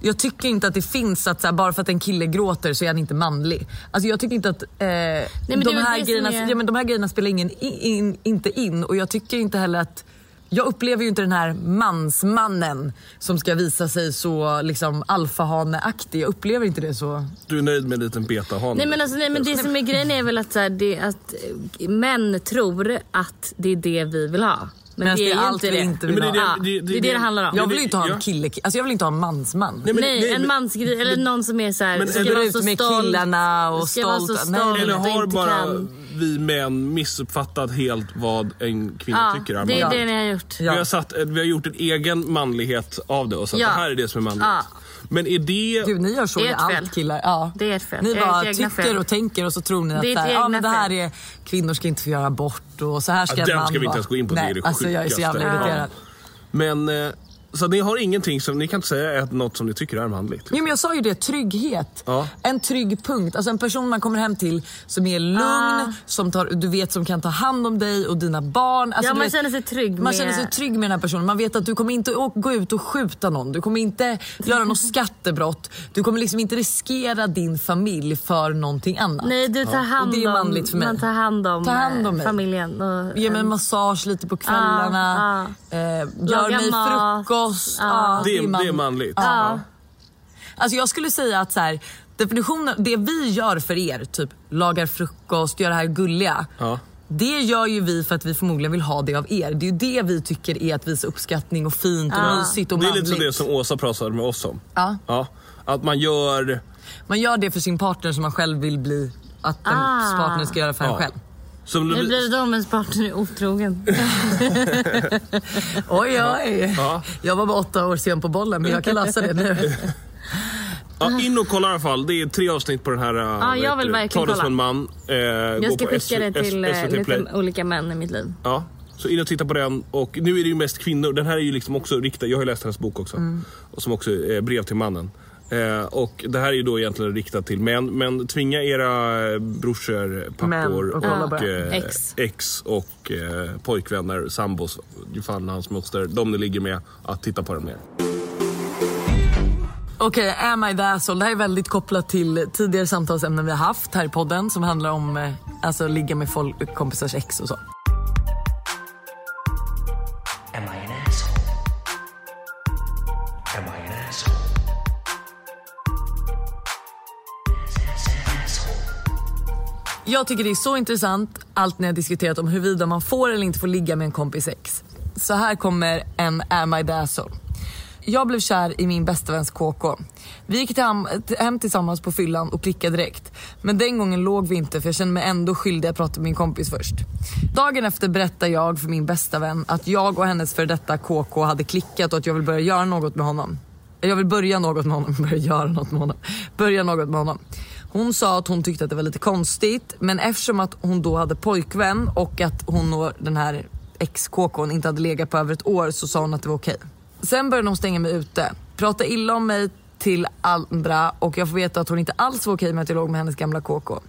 jag tycker inte att det finns att så här, bara för att en kille gråter så är han inte manlig. Alltså jag tycker inte att eh,
men det är
de,
väl
här
det som
grejerna,
är-
ja, men de här grejerna spelar ingen i- in, inte in och jag tycker inte heller att jag upplever ju inte den här mansmannen som ska visa sig så liksom alfahaneaktig. Jag upplever inte det så.
Du är nöjd med en liten betahane?
Nej men, alltså, nej, men det som är grejen är väl att, så här, det, att eh, män tror att det är det vi vill ha. Men,
Medan
det är ju
allt
inte
vi
det.
inte
Inte.
vill
men
ha.
det- Ja, det är det det handlar om.
Jag vill ju inte ha
Ja.
en kille, alltså jag vill inte ha en mansman.
men-
Nej,
nej,
en
men-
mansgrej eller någon som är så här,
Men-
ska
eller
vara
ut
så
med
stolt,
killarna och
ska vara så
stolt. Nej,
stolt
Eller
och
har
inte
bara
kan.
vi män missuppfattat helt vad en kvinna
Ja,
tycker är
det är
manligt?
det ni har gjort.
Ja.
Vi, har satt, vi har gjort en egen manlighet av det och sagt
Ja.
det här är det som är manligt.
Ja.
Men är det...
Gud, ni gör så
Det är
med
ett fel.
allt killar. Ja.
Det är ett fel.
Ni
Det är
bara
ert egna
tycker
fel.
och tänker och så tror ni att
Det är
det,
ert
här, ja,
egna
men det här
fel.
är, kvinnor ska inte få göra abort och så här ska
Ja,
en
den
man
ska vi inte
vara.
ens gå in på.
Nej,
det är det
alltså jag är så jävla
sjukaste.
irriterad.
Men eh, Så ni har ingenting som, ni kan inte säga är något som ni tycker är manligt?
Jo, men jag sa ju det, trygghet.
Ja.
En trygg punkt. Alltså en person man kommer hem till som är lugn,
Ah.
som tar, du vet som kan ta hand om dig och dina barn. Alltså,
Ja,
du
man
vet,
känner sig trygg
Man
med-
känner sig trygg med den här personen. Man vet att du kommer inte å- gå ut och skjuta någon. Du kommer inte göra något skattebrott. Du kommer liksom inte riskera din familj för någonting annat.
Nej, du tar hand
Och det är manligt för
om,
mig.
man tar hand om,
Ta hand om
eh,
mig.
familjen. Och,
Ge mig en massage lite på kvällarna. Eh, gör
Ah, Laga
mig
mat. Ah.
frukost. Ja,
Det, är-
man-
det är manligt.
ja.
Alltså jag skulle säga att så här, definitionen, det vi gör för er, typ lagar frukost, gör det här gulliga.
Ja.
Det gör ju vi för att vi förmodligen vill ha det av er. Det är ju det vi tycker är att visa uppskattning och fint och
Ah.
mysigt och
Det är
manligt.
lite så det som Åsa pratade med oss om.
Ja.
Att man gör...
Man gör det för sin partner som man själv vill bli att ens
Ah.
partner ska göra för en
Ja.
själv.
Som
Nu
Lovi-
blir det då om ens partner är otrogen.
Oj oj.
Ja.
Jag var bara åtta år sen på bollen men jag kan läsa det nu.
ja, in och kolla i alla fall. Det är tre avsnitt på den här. Ja,
jag vill verkligen
Ta det
kolla.
som en man. Eh,
Jag ska skicka det till eh,
SVT Play.
lite olika män i mitt liv.
Ja, så in och titta på den. Och nu är det ju mest kvinnor. Den här är ju liksom också riktad, jag har ju läst hennes bok också.
Mm.
Och som också är brev till mannen. Eh, och det här är ju då egentligen riktat till män. Men tvinga era eh, brorsor,
Män
pappor
och
och,
kolla på
eh,
Ex.
ex. och eh, pojkvänner, sambos, ju fan hans moster, de ni ligger med, att titta på den mer.
Okej, am I the asshole? Det här är väldigt kopplat till tidigare samtalsämnen vi har haft här i podden som handlar om eh, alltså, ligga med folk, kompisars ex och så.
Am I an asshole? Am I an asshole? Ass- ass- asshole.
Jag tycker det är så intressant allt ni har diskuterat om huruvida man får eller inte får ligga med en kompis ex. Så här kommer en Am I the asshole? Jag blev kär i min bästa väns KK. Vi gick till ham- till- hem tillsammans på fyllan och klickade direkt. Men den gången låg vi inte för jag kände mig ändå skyldig att prata med min kompis först. Dagen efter berättade jag för min bästa vän att jag och hennes före detta KK hade klickat och att jag vill börja göra något med honom. Jag vill börja något med honom, börja göra något med honom. Börja något med honom. Hon sa att hon tyckte att det var lite konstigt men eftersom att hon då hade pojkvän och att hon och den här ex-KKn inte hade legat på över ett år så sa hon att det var okej. Sen började hon stänga mig ute, prata illa om mig till andra och jag får veta att hon inte alls var okej med att jag låg med hennes gamla KK.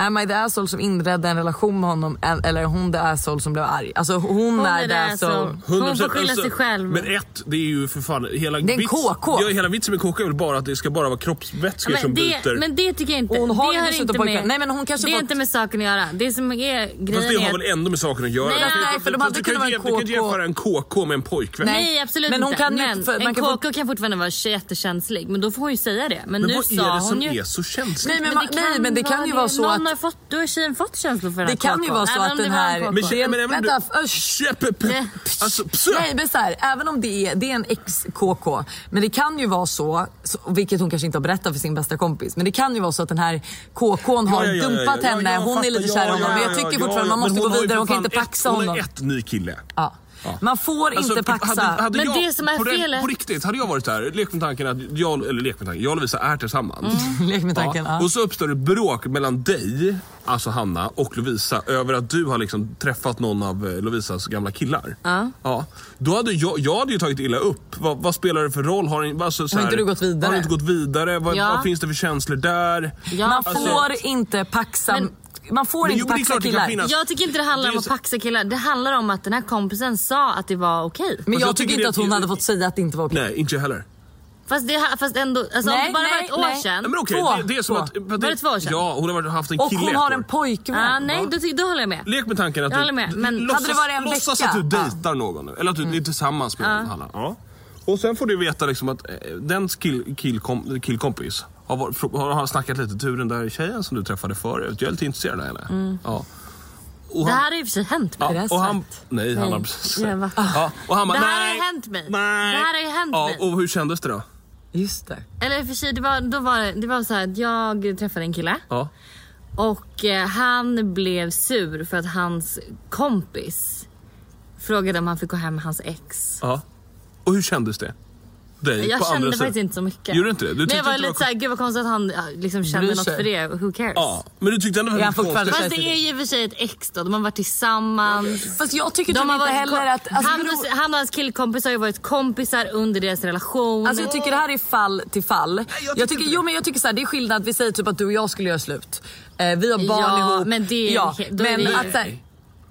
Am I the asshole som inredde en relation med honom eller är hon the asshole som blev arg? Alltså hon, är, the asshole.
Hon får
100%.
skylla sig själv.
Alltså, Men ett, det är ju för fan... Hela
Det är en
vits-
KK.
Ja, hela vitsen med KK är väl bara att det ska bara vara kroppsvätskor
Men
som
det,
byter.
men det tycker jag inte.
Och hon har
det
ju
hör
dessutom
inte
pojkvän.
med,
Nej, men hon kanske
det är
fått-
inte med saken att göra. Det som är
Fast det
grejen
har
är
väl ändå med saken att göra?
Nej,
Fast-
nej,
för de hade
du kan
kunnat
ju
vara
inte-
en
Du kan ju inte
KK.
jämföra en KK med en pojkvän.
Nej absolut
Men hon
inte.
kan ju
men
inte- för- man
en
kan
KK kan fortfarande vara jättekänslig men då får hon ju säga det. Men,
Men
nu
vad
sa
är det
hon
som
ju...
är så känsligt?
Nej men, man, nej, men det kan ju vara så
någon
att...
har fått, då har tjejen fått känslor för den
Det kan ju vara så att den här...
Men
det
tjej-
är en-
men även om
vänta,
du-
usch.
Käpp-
Nej.
Alltså, pss.
Nej men så här, även om det är, det är en ex-KK, men det kan ju vara så, så- vilket hon kanske inte har berättat för sin bästa kompis, men det kan ju vara så att den här KKn har
Ja, ja, ja, ja,
dumpat
ja,
henne,
ja, jag
hon är
fattar.
lite
Ja,
kär i
ja,
honom, men jag
ja,
tycker
ja,
fortfarande
ja,
man måste
men
gå
hon har ju
vidare, hon
för
kan inte
fan ett-
paxa
Hon
honom.
har ett ny kille. Alltså, typ,
Ja. Man får inte paxa.
Hade, hade
Men
jag,
det som är
på
felet-
På riktigt, hade jag varit där, lek med tanken att jag, eller lek med tanken, jag och Lovisa är tillsammans.
Lek med tanken, ja.
Och så uppstår ett bråk mellan dig, alltså Hanna, och Lovisa över att du har liksom träffat någon av eh, Lovisas gamla killar. Ja. Då hade jag, jag hade ju tagit illa upp. Vad, vad spelar det för roll? Har, ni- alltså, så
Har
här,
inte du gått vidare?
Har du inte gått vidare? Vad,
Ja.
vad finns det för känslor där?
Ja,
Man
absolut.
får inte paxa,
Men-
man får
Men
inte
jo, det är
paxa
klart det kan
killar.
finnas-
Jag tycker inte det handlar
Det är
om att
så-
paxa killar. Det handlar om att den här kompisen sa att det var okej.
Men
Fast
jag
jag
tycker
tycker
inte
det-
att hon hade fått säga att det inte var okej.
Nej, inte jag heller.
Fast, det, ha- fast ändå, alltså
Nej,
om det bara
nej,
var ett år
nej.
sedan.
Nej, men okej,
Två.
det, det är som
Två.
att...
Var det två år sedan?
Ja, hon har varit- haft en
Och
kille
hon
ett
har
år.
en pojkvän.
ah, nej, då, ty- då håller jag med.
Lek med tanken att
Jag håller med,
du
men-
låtsas,
Hade det varit en
låtsas
vecka?
att du
Ja.
dejtar någon. Eller att du är tillsammans med någon. Hanna. Ja. Och sen får du veta liksom att eh, den kill, killkom, killkompis har, varit, fr- har, har snackat lite tur den där tjejen som du träffade förut. Jag är lite intresserad av henne. Ja. Och
Mm. Det
han-
här har i och för sig hänt mig.
det här
och han,
sagt?
nej, han har
Nej,
precis
jag vet.
ja, och han bara,
Det här har
nej,
hänt mig.
Nej.
Det här har ju hänt
ja,
mig.
Och hur kändes det då?
Just det.
Eller i och för sig, det var, då var, det- det var så här att jag träffade en kille.
Ja.
Och eh, han blev sur för att hans kompis frågade om han fick gå hem med hans ex.
Ja. Och hur kändes det? dig
Jag
på
kände
andra
faktiskt
sidan.
inte så mycket.
Gjorde du inte det? Du
men
tyckte
jag var
inte det
lite
var
såhär, gud vad konstigt att han ja, liksom kände
Bryr
något
sig.
för det. Who cares?
Ja, men du tyckte ändå att
Är
det
han
var
fortfarande
konstigt.
Fast det är ju i och för sig ett ex då, de har varit tillsammans.
Fast jag tycker
De
typ
har
inte
varit
heller
kom-
att... Alltså,
han,
beror-
och, han och hans killkompis har ju varit kompisar under deras relation.
Alltså jag tycker det här är fall till fall. jag,
tycker
tycker,
inte det.
jo, men jag tycker så här, det är skillnad, vi säger typ att du och jag skulle göra slut. Eh, vi har barn
Ja,
ihop.
men det är- då är
men
det-
att, så här,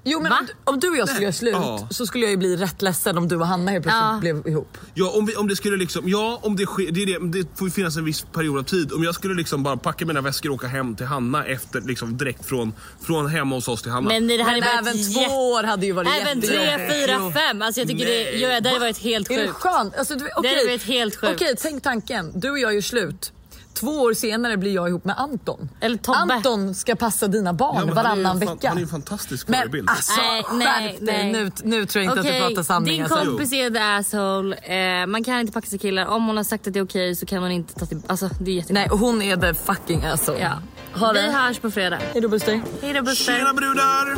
Jo men
Va?
om, om du och jag skulle göra slut
Ja.
så skulle jag ju bli rätt ledsen om du och Hanna helt plötsligt
Ja.
blev ihop.
Ja, om, vi, om det skulle liksom... Ja, om det sker... Det, är det, men det får ju finnas en viss period av tid. Om jag skulle liksom bara packa mina väskor och åka hem till Hanna efter, liksom direkt från, från hemma hos oss till Hanna.
men det här
Men
är bara
även
ett
två
jätte-
år hade ju varit
Även
jättejobbigt.
tre, fyra, fem. Alltså jag tycker det,
Nej.
jo, det hade varit helt
Är det
sjukt.
skönt? Alltså, du,
Det hade
okej.
varit helt sjukt.
Okej, tänk tanken. Du och jag gör slut. Två år senare blir jag ihop med Anton.
Eller Tobbe.
Anton ska passa dina
Ja,
barn
men han är ju
varannan
fan-
vecka.
Han är ju en fantastisk
men
förebild.
alltså
Nej, nej,
skärp dig.
nej.
Nu, nu tror jag inte
Okej,
att du pratar sanning.
din
alltså.
kompis är the asshole. Eh, man kan inte packa sig killar. Om hon har sagt att det är okej så kan hon inte ta till... Alltså det är jättekonstigt.
Nej, hon är the fucking alltså. asshole.
Ja.
Ha
Vi
det.
hörs på fredag.
Hej då Buster.
Hej då
alltså-
Buster.
Tjena brudar!